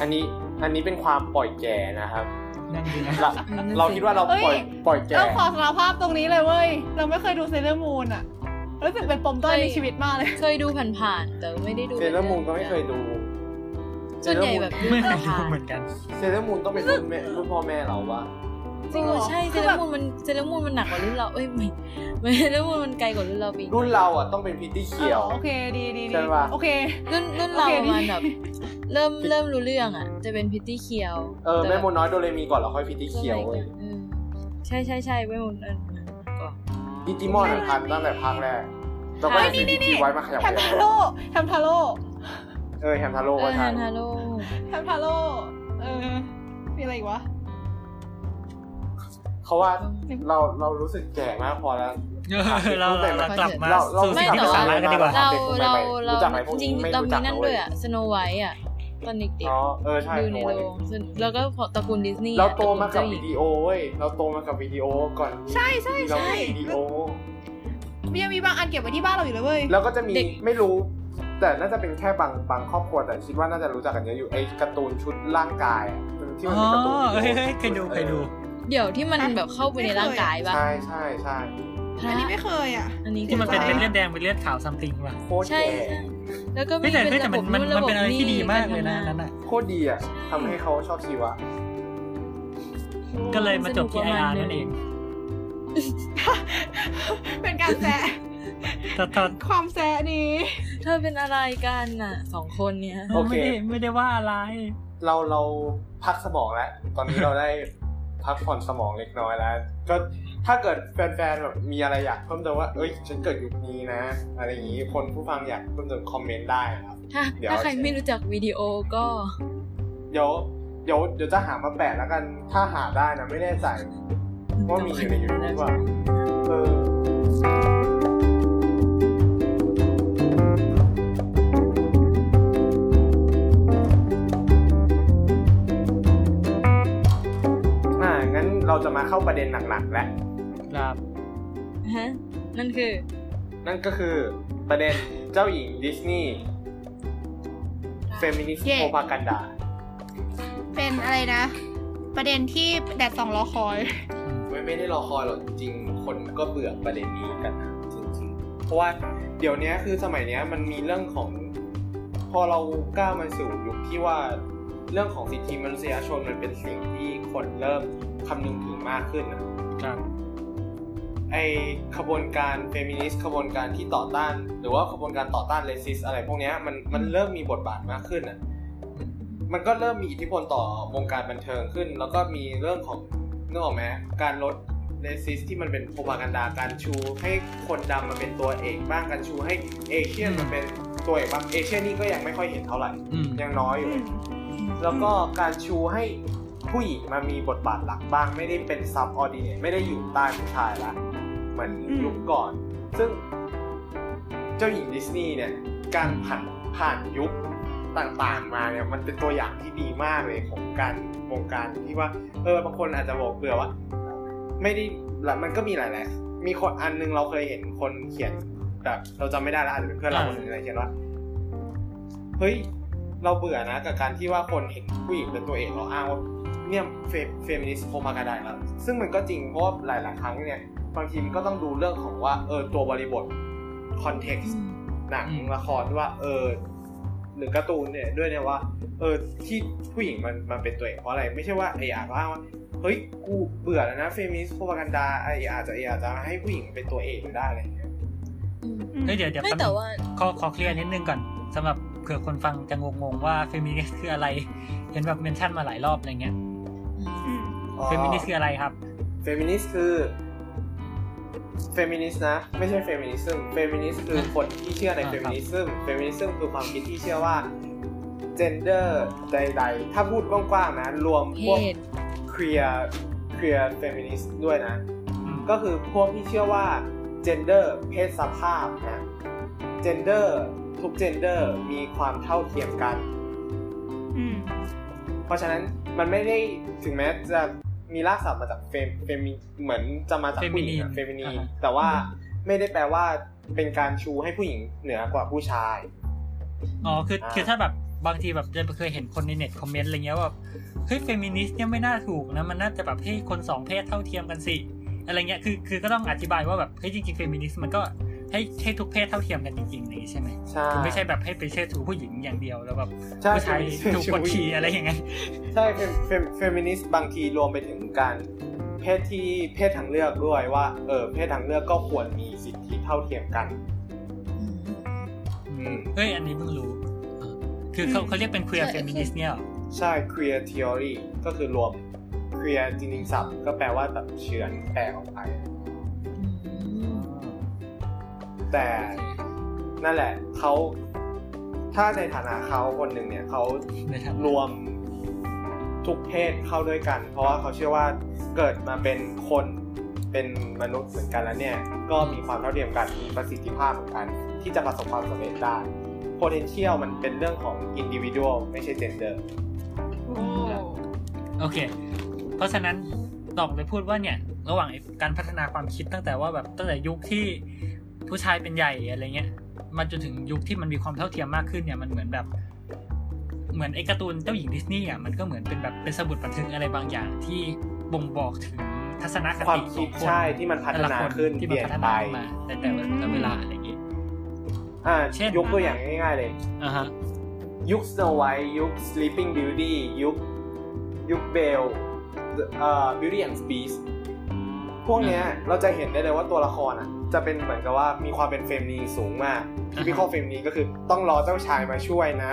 S3: อันนี้อันนี้เป็นความปล่อยแก่นะครับ
S4: นั่นดีนะ
S3: เราเราคิดว่าเรา
S6: เอ้ย
S3: ปล่อยปล่อยแก่
S6: เราขอสารภาพตรงนี้เลยเว้ย เราไม่เคยดูเซเลอร์มูนอะรู้สึกเป็นปมต้อย
S5: เฮ้ย
S6: ในชีวิตมากเลย
S5: เคยดูผ่านๆแต่ไม่ได้ดู
S3: เซเลอร์มูนก็ไม่เคยดู
S5: ส่วนใหญ่แบบดู
S4: ไม่เคยดู
S5: ผ่าน
S4: เหมือนกัน
S3: เซเลอร์มูนต้องเป็นรุ่นแม่รุ่นพ่อแม่เราวะ
S5: ๆ
S6: จริงเหรอ
S5: ใช่เซ
S6: คือ
S5: เล
S6: แบ
S5: อบ ร์มูนมันเซเลอร์มูนมันหนักกว่ารุ่นเราเอ้ยไม่ไม่เซเลอร์มูนมันไกลกว่ารุ่นเราไปอีก
S3: รุ่นเราอ่ะต้องเป็นพิตตี้เขียว
S6: อ๋อโอเคดีดีดี
S3: ใช่ปะ
S6: โอเค
S5: รุ่นรุ่นเรา
S6: โอเค
S5: ประ
S6: ดิ
S5: มาณแบบเริ่มเริ่มรู้เรื่องอ่ะ จะเป็นพิตตี้เคียว
S3: เออแม่มดน้อยโดเรมีก่อนแล้วค่อยพิตตี้เขียวเว้ย
S5: อืมใช่ใช่ใช่แม่มดเออก่อน
S3: ดิจิมอนอะทันตั้งแต่ภาคแรกแล้วก็
S6: เฮ้ย
S3: มี
S6: นี่
S3: ดิ
S6: นี่
S3: จิ
S6: นี่
S3: ไว้มาขยับ
S6: แฮมทาโร่แฮมทาโร่
S3: เออแฮมทาโร่
S5: เอ
S3: ก็
S5: อ
S3: ทั
S5: ฮาน นฮาโร่
S6: แฮมทาโร่เออ มีอะไรอีกวะ
S3: เขาว่าเราเรารู้สึกแก่มากพอแล้ว
S4: เออเราเราเรากลับมา
S3: เราเรา
S4: สู่สิ่งที่เป็นสาระกันดีกว่า
S5: เราเรา
S3: รู้
S5: เรา
S3: จักไหมพวกนี้
S5: จริง
S3: ไม่
S5: ๆเรา
S3: รู้
S5: มี
S3: จักนะ
S5: นั่น
S3: เว้ย
S5: ด้วยอ่ะสโนไวท์อ่ะตอนเด็กๆ
S3: อ๋อเออใช่
S5: ดูใน
S3: โอ้ย
S5: โรงซึ่งแล้วก็พอตระกูลดิสนีย์
S3: เรา
S5: อะ
S3: โตมากับ
S5: ระลเจ้หญิ
S3: วิ
S5: ง
S3: ดีโอเว้ยเราโตมากับวิดีโอก่อน
S6: ใช่ใช่
S3: เรา
S6: ใช่
S3: มีวิดีโอ
S6: มียังมีบางอันเก็บไว้ที่บ้านเราอยู่เลยเว้ย
S3: แล้วก็จะมีไม่รู้ แต่น่าจะเป็นแค่บางบางครอบครัวแต่คิดว่าน่าจะรู้จักกันเยอะอยู่ไอ้การ์ตูนชุดร่างกายอะที่มันเป็นการ์ตูน
S4: อ๋อเฮ้ยเฮ้ยเคยดูเคยดู
S5: เดี๋ยวที่มันแบบเข้าไปในร่างกายปะ
S3: ใช่ใช่ใช่
S5: พระ
S6: อันนี้ไม่เคยอ่ะ
S5: อันนี้
S4: ที่มันเป็น
S5: ใช่
S4: เป็นเลือดแดงเป็นเลือดขาวซัมติงว่ะ
S3: โคตร
S5: ใช่
S3: แก่
S5: ใช่แล้วก็
S4: ไม่
S5: มี
S4: แต่
S5: เป็น
S4: แต่
S5: ระบ
S4: มั
S5: บ
S4: นมันมันเป็นอะไรที่ดีมากเลยนะอันนั้นอ่ะ
S3: โคตรดีอ่ะทำให้เขาชอบชีวะ
S4: ก็เลยมาจบที่ไออาร์นั่นเอง
S6: เป็นการแซะ
S4: แต่ตอน
S6: ความแซะนี้
S5: เธอเป็นอะไรกันน่ะสองคนเนี้ย
S4: ไม่ได้ไม่ได้ว่าอะไร
S3: เราเราพักสมองแล้ว ตอนนี้เราได้พักผ่อนสมองเล็กน้อยแล้ว ก็ถ้าเกิดแฟนๆแบบมีอะไรอยากเพิ่มเติมว่าเอ้ยฉันเกิดยุคนี้นะ อะไรอย่างนี้คนผู้ฟังอยากเพิ่มเติมคอมเมนต์ได้นะครับ
S5: ถ้า
S3: เดี๋ยว
S5: ถ้าใครไม่รู้จักวิดีโอก็
S3: เดี๋ยวเดี๋ยวเดี๋ยวจะหามาแปะแล้วกัน ถ้าหาได้นะไม่แน่ใจว่ามีอยู่ในยูทูบว่าเอออ่ะงั้นเราจะมาเข้าประเด็นหนักๆแล้ว
S4: ครับ
S5: ฮะ นั่นคือ
S3: นั่นก็คือประเด็นเจ้าหญิงดิสนีย์เฟมินิสต์
S6: เย้
S3: โพพากันดา
S6: เป็นอะไรนะ ประเด็นที่แดดสองรอคอย
S3: ไม่ไม่ได้รอคอยหรอกจริงๆคนก็เบื่อประเด็นนี้กันนะจริงๆ เพราะว่าเดี๋ยวเนี้ยคือสมัยเนี้ยมันมีเรื่องของ พอเราก้าวมาสู่ยุคที่ว่าเรื่องของสิทธิมนุษยชนมันเป็นสิ่งที่คนเริ่มคำนึงถึงมากขึ้นนะครับ ไอขบวนการเฟมินิสต์ขบวนการที่ต่อต้าน หรือว่าขบวนการต่อต้านเลสิสอะไรพวกเนี้ยมันมันเริ่มมีบทบาทมากขึ้นอ่ะ มันก็เริ่มมีอิทธิพลต่อวงการบันเทิงขึ้น แล้วก็มีเรื่องของนึกออกไหมการลดเลซิสที่มันเป็นโพพากันดาการชูให้คนดำมาเป็นตัวเอกบ้างการชูให้เอเชียนมาเป็น ตัวอย่างบางเอเชียนี่ก็ยังไม่ค่อยเห็นเท่าไหร่
S4: อืม
S3: ยังน้อยอยู่
S6: อืม
S3: แล้วก็การชูให้ผู้หญิงมามีบทบาทหลักบ้าง ไม่ได้เป็นซับออดิเนตไม่ได้อยู่ใต้ผู้ชายละ เหมือนยุคก่อน ซึ่งเจ้าหญิงดิสนีย์เนี่ย การผ่านผ่านยุคต่างๆมาเนี่ย มันเป็นตัวอย่างที่ดีมากเลยของการวงการที่ว่า เออบางคนอาจจะบอกเบื่อว่า ไม่ได้ละมันก็มีหลายๆมีคนอันนึงเราเคยเห็นคนเขียนแบบเราจำไม่ได้ละอาจจะเป็นเพื่อนเรา
S4: อ่า
S3: คนหนึงอะไรเขียนว่าเฮ้ย เราเบื่อนะกับการที่ว่าคนเห็นผู้หญิงเป็นตัวเอกเราอ้างว่าเนี่ยเฟเฟมินิสต์โคมากาไดแล้ว ซึ่งมันก็จริงเพราะว่าหลาย ๆ ครั้งเนี่ยบางทีมันก็ต้องดูเรื่องของว่าเออตัวบริบทคอนเท็กซ์หนัง
S4: อืม
S3: ละครว่าเออหรือการ์ตูนเนี่ยด้วยเนี่ยว่า เออที่ผู้หญิงมันมันเป็นตัวเอกเพราะอะไร ไม่ใช่ว่าไออาจว่าว่าเฮ้ยกูเบื่อแล้วนะเฟมินิสต์โคมากันดาไออาจจะไออาจจะให้ผู้หญิงเป็นตัวเอกได้อะไรอย่างเงี้ย
S5: อืม
S6: อืม
S4: เฮ้ยเดี๋ยวเดี๋ยว
S5: ไม่
S4: แป๊บนึง
S5: แต่ว่า
S4: ขอขอเคลียร์นิดนึงก่อนสำหรับเผื่อคนฟังจะงงๆว่าเฟมินิสต์คืออะไร เห็นแบบเมนชั่นมาหลายรอบอะไรเงี้ย
S6: อืม
S4: เฟมินิสต์คืออะไรครับ
S3: เฟมินิสต์คือเฟมินิสต์นะ ไม่ใช่เฟมินิซึมเฟมินิสต์คือคนที่เชื่อใน
S4: อ่าค
S3: เฟ
S4: รับ
S3: มินิซึมเฟมินิซึมคือความคิดที่เชื่อว่าเจนเดอร์ใดๆ ถ้าพูดกว้างๆนะ รวม
S5: เพ
S3: พวก
S5: ศ
S3: เคลียร์เคลียร์เฟมินิสต์ด้วยนะ
S4: อืม
S3: ก็คือพวกที่เชื่อว่า gender เพศสภาพนะ gender ทุก gender มีความเท่าเทียมกัน
S6: อืม
S3: เพราะฉะนั้นมันไม่ได้ถึงแม้จะมีรากศัพท์มาจากเฟมเฟมิเหมือนจะมาจากผู้หญิงเฟมินีแต่ว่าไม่ได้แปลว่าเป็นการชูให้ผู้หญิงเหนือกว่าผู้ชาย
S4: อ๋อคือ
S3: อ่า
S4: คือถ้าแบบบางทีแบบจะเคยเห็นคนในเน็ตคอมเมนต์อะไรเงี้ยว่าแบบเฮ้ยเฟมินิสต์เนี่ยไม่น่าถูกนะมันน่าจะแบบให้คนสองเพศเท่าเทียมกันสิอะไรเงี้ยคือคือก็ต้องอธิบายว่าแบบเฮ้ยจริงๆเฟมินิสต์มันก็ให้ให้ทุกเพศเท่าเทียมกันจริงๆอย่างนี้ใช่ไหม
S3: ใช่
S4: คือไม่ใช่แบบให้ไปเชิดชูผู้หญิงอย่างเดียวแล้วแบบ
S3: ใช่
S4: ผู้ชายถูกกดขี่อะไรอย่างเงี้ย
S3: ใช่เฟมเฟมเฟมินิสต์บางทีรวมไปถึงการเพศที่เพศทางเลือกด้วยว่าเออเพศทางเลือกก็ควรมีสิทธิเท่าเทียมกัน อืม
S4: เฮ้ย อันนี้เพิ่งรู้อ่าคือเขาเขาเรียกเป็นเค e ียร์
S5: ใช่
S4: เฟมินิสต์เนี่ยเหรอ
S3: ใช่ queer theory ก็คือรวม queer จริงๆศัพท์ก็แปลว่าแบบเฉือนแปลออกไป แต่นั่นแหละเขาถ้าในฐานะเขาคนหนึ่งเนี่ยเขา
S4: ในทาง
S3: รวมทุกเพศเข้าด้วยกัน เพราะว่าเขาเชื่อว่าเกิดมาเป็นคนเป็นมนุษย์เหมือนกันแล้วเนี่ย ก็มีความเท่าเทียมกันมีประสิทธิภาพเหมือนกัน ที่จะประสบความสำเร็จได้ potential มันเป็นเรื่องของ individual ไม่ใช่ gender
S6: โอ้
S4: โอเค เพราะฉะนั้นตอกเลยพูดว่าเนี่ย ระหว่างไอ้การพัฒนาความคิดตั้งแต่ว่าแบบตั้งแต่ยุคที่ผู้ชายเป็นใหญ่อะไรเงี้ยมาจนถึงยุคที่มันมีความเท่าเทียมมากขึ้นเนี่ยมันเหมือนแบบ เหมือนไอ้การ์ตูนเจ้าหญิงดิสนีย์อ่ะมันก็เหมือนเป็นแบบเป็นสมุดบันทึกอะไรบางอย่างที่บ่งบอกถึงทัศนค
S3: ควา
S4: ติ
S3: ม
S4: ข
S3: คิ
S4: อ
S3: ด
S4: งคน
S3: ใช่ที่มันพัฒ
S4: แต่ละ
S3: นา
S4: คน
S3: ขึ้น
S4: ที่
S3: เป
S4: มัน
S3: ลี่ยน
S4: พัฒ
S3: ไป
S4: นาขึ้นมาในแต่ละเวลาอะไรอย่างเงี้ย
S3: อ่า
S4: เช่น
S3: ยกตัวอย่างง่ายๆเลย
S4: อ่าฮะ
S3: ยุค Snow White ยุค Sleeping Beauty ยุคยุค Belle เอ่อ Beauty and Beast พวกเนี้ยเราจะเห็นได้เลยว่าตัวละครอ่ะ จะเป็นเหมือนกับว่ามีความเป็นเฟมนีสูงมาก
S4: อ่าฮะ
S3: ที่พี่ข้อเฟมนีก็คือต้องรอเจ้าชายมาช่วยนะ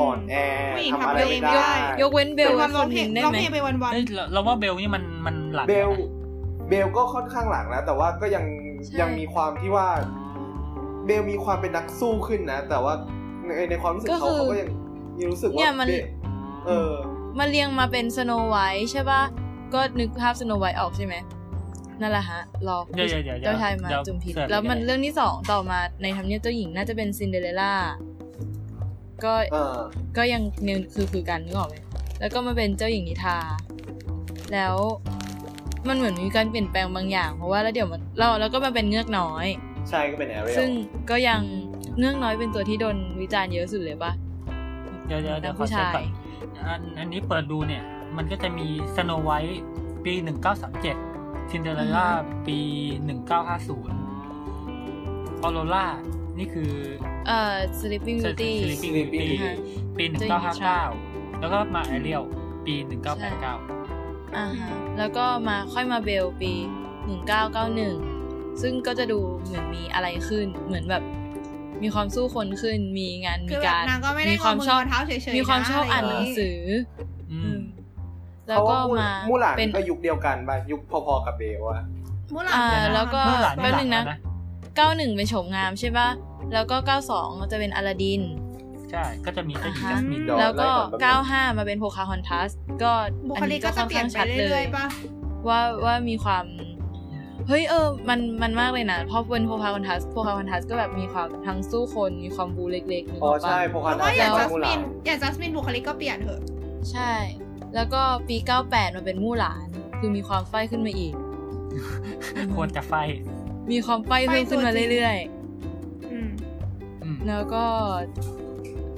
S3: อ่อนแอ
S6: ผู้หญิง
S3: ทำ
S6: ทำ
S3: อะไร
S6: ตัวเอ
S3: ไม่
S6: ง
S3: ได
S6: ไม่ได้
S3: ้
S5: ยกเว้นเบ
S6: เป็
S5: ล
S6: น
S5: ไว้
S6: วัน
S5: ค
S6: ร้อง
S5: น
S6: เพ
S5: ห
S6: ล
S5: นึ
S6: ง
S5: งได้
S6: ร้อง
S5: ไหม
S6: เพลงไปวันวัน
S4: เอ้ยเราเราว่าเบลนี่มันมันหลัง
S3: เบล เบลก็ค่อนข้างหลังแล้ว แต่ว่าก็ยัง
S5: ใช่
S3: ยังมีความที่ว่า เบลมีความเป็นนักสู้ขึ้นนะ แต่ว่าในในความรู้สึกเขาเขาก็ยังยังรู้สึกว่า
S5: เนี่ยมัน
S3: เบลเออ
S5: มันเรียงมาเป็นสโนไวท์ใช่ป่ะ ก็นึกภาพสโนไวท์ออกใช่ไหมนั่นแหละฮะ รอ
S4: เดี๋ยวเดี๋ยวดี๋
S5: เจ้าว ชายมา
S4: เดี๋ว
S5: จุมพิษ
S4: เสิร์ฟ
S5: แล้วมัน
S4: ให้
S5: เรื่องที่สองต่อมาในทำเนียบเจ้าหญิงน่าจะเป็นซินเดอเรลล่า ก็
S3: เออ
S5: ก็ยังเนี่ยคือคือกันนึกออกไหมแล้วก็มาเป็นเจ้าหญิงนิทราแล้วมันเหมือนมีการเปลี่ยนแปลงบางอย่าง เพราะว่าแล้วเดี๋ยวมันเราแล้วก็มาเป็นเงือกน้อย
S3: ใช่ก็เป็นแอเรียล
S5: ซึ่งก็ยังเงือกน้อยเป็นตัวที่โดนวิจารณ์เยอะสุดเลยปะ
S4: เดี๋ยวเดี๋ยวเดี๋ยวขอ
S5: ผู้
S4: เช็ค
S5: ชาย
S4: ก่อนอันอันนี้เปิดดูเนี่ย มันก็จะมีสโนไวท์ปีหนึ่งเก้าสามเจ็ดซินเดอเรลล่าปีหนึ่งเก้าห้าศูนย์ออโรล่านี่คือ
S5: เอ่อ Sleeping Beauty
S4: Sleeping
S3: Sleeping
S4: Beauty
S5: ค่ะ
S4: ปีหนึ่งเก้าห้าเก้าแล้วก็มาแอเรียลปีหนึ่งเก้าแปดเก้า
S5: อ่าฮะแล้วก็มาค่อยมาเบลปี 1991 ซึ่งก็จะดูเหมือนมีอะไรขึ้น เหมือนแบบมีความสู้คนขึ้น มีงานมี
S6: คือแบ
S5: การ
S6: บนางก็ไม่ได้
S5: มี
S6: ง
S5: ค
S6: อ
S5: วาม
S6: มือ
S5: ช
S6: ง
S5: อ
S6: อบ เท้าเฉยๆ
S5: มีความชอบอ่านหนังสือ
S4: อื
S5: อื
S4: ม
S5: มแล้วก็
S3: เพระ
S5: มา
S3: มู่หลาน
S5: เป็น
S3: ก็ยุคเดียวกันป่ะยุคพอๆกับเบลอะ
S6: มูหลา
S5: อ่าน แล้วก็
S4: เมื่อหลาน
S5: แป๊บนึงนะ 91 เป็นโฉมงามใช่ป่ะ แล้วก็ 92 จะเป็นอลาดิน
S4: ใช่ ก็จะมีเจ้าหญิง
S5: อ่า
S4: จั
S5: ฮะ
S4: สมิน
S3: เดี๋ยว
S5: แล้วก็
S3: ไล่ก่อนแป๊บนึง
S5: 95 มาเป็นโพคาฮอนทัส ก็
S6: บุค
S5: อัน
S6: ลิก
S5: นี้
S6: ก็จะ
S5: ค่อน
S6: เปลี่ย
S5: ข้าน ง
S6: ไป
S5: ชัดเล
S6: เรื่อย
S5: ย
S6: ๆป่ะ
S5: ว่าว่ามีความเฮ้ยเออมันมันมากเลยนะเพราะเป็นโพคาฮอนทัสโพคาฮอนทัสก็แบบมีความทั้งสู้คนมีความบูเล็กๆนึก
S3: อ๋
S5: อ
S3: อ
S5: อกปะ
S3: ใช่โพคา
S6: เพ
S3: ทั
S6: ราะ
S3: ส
S6: อย่าง
S5: แล้ว
S6: จั
S3: กับ
S6: ส
S3: มูห
S6: มิ
S3: ลาน
S6: อย่างจัสมินบุคลิกก็เปลี่ยนเถอะ
S5: ใช่ แล้วก็ปี 98 มาเป็นมู่หลาน คือมีความไฟขึ้นมาอีก
S4: ควรจะไฟ
S5: มีความไฟเพิ่มขึ้นมาเรื่อย
S6: อืม
S4: อืม
S5: ๆ แล้วก็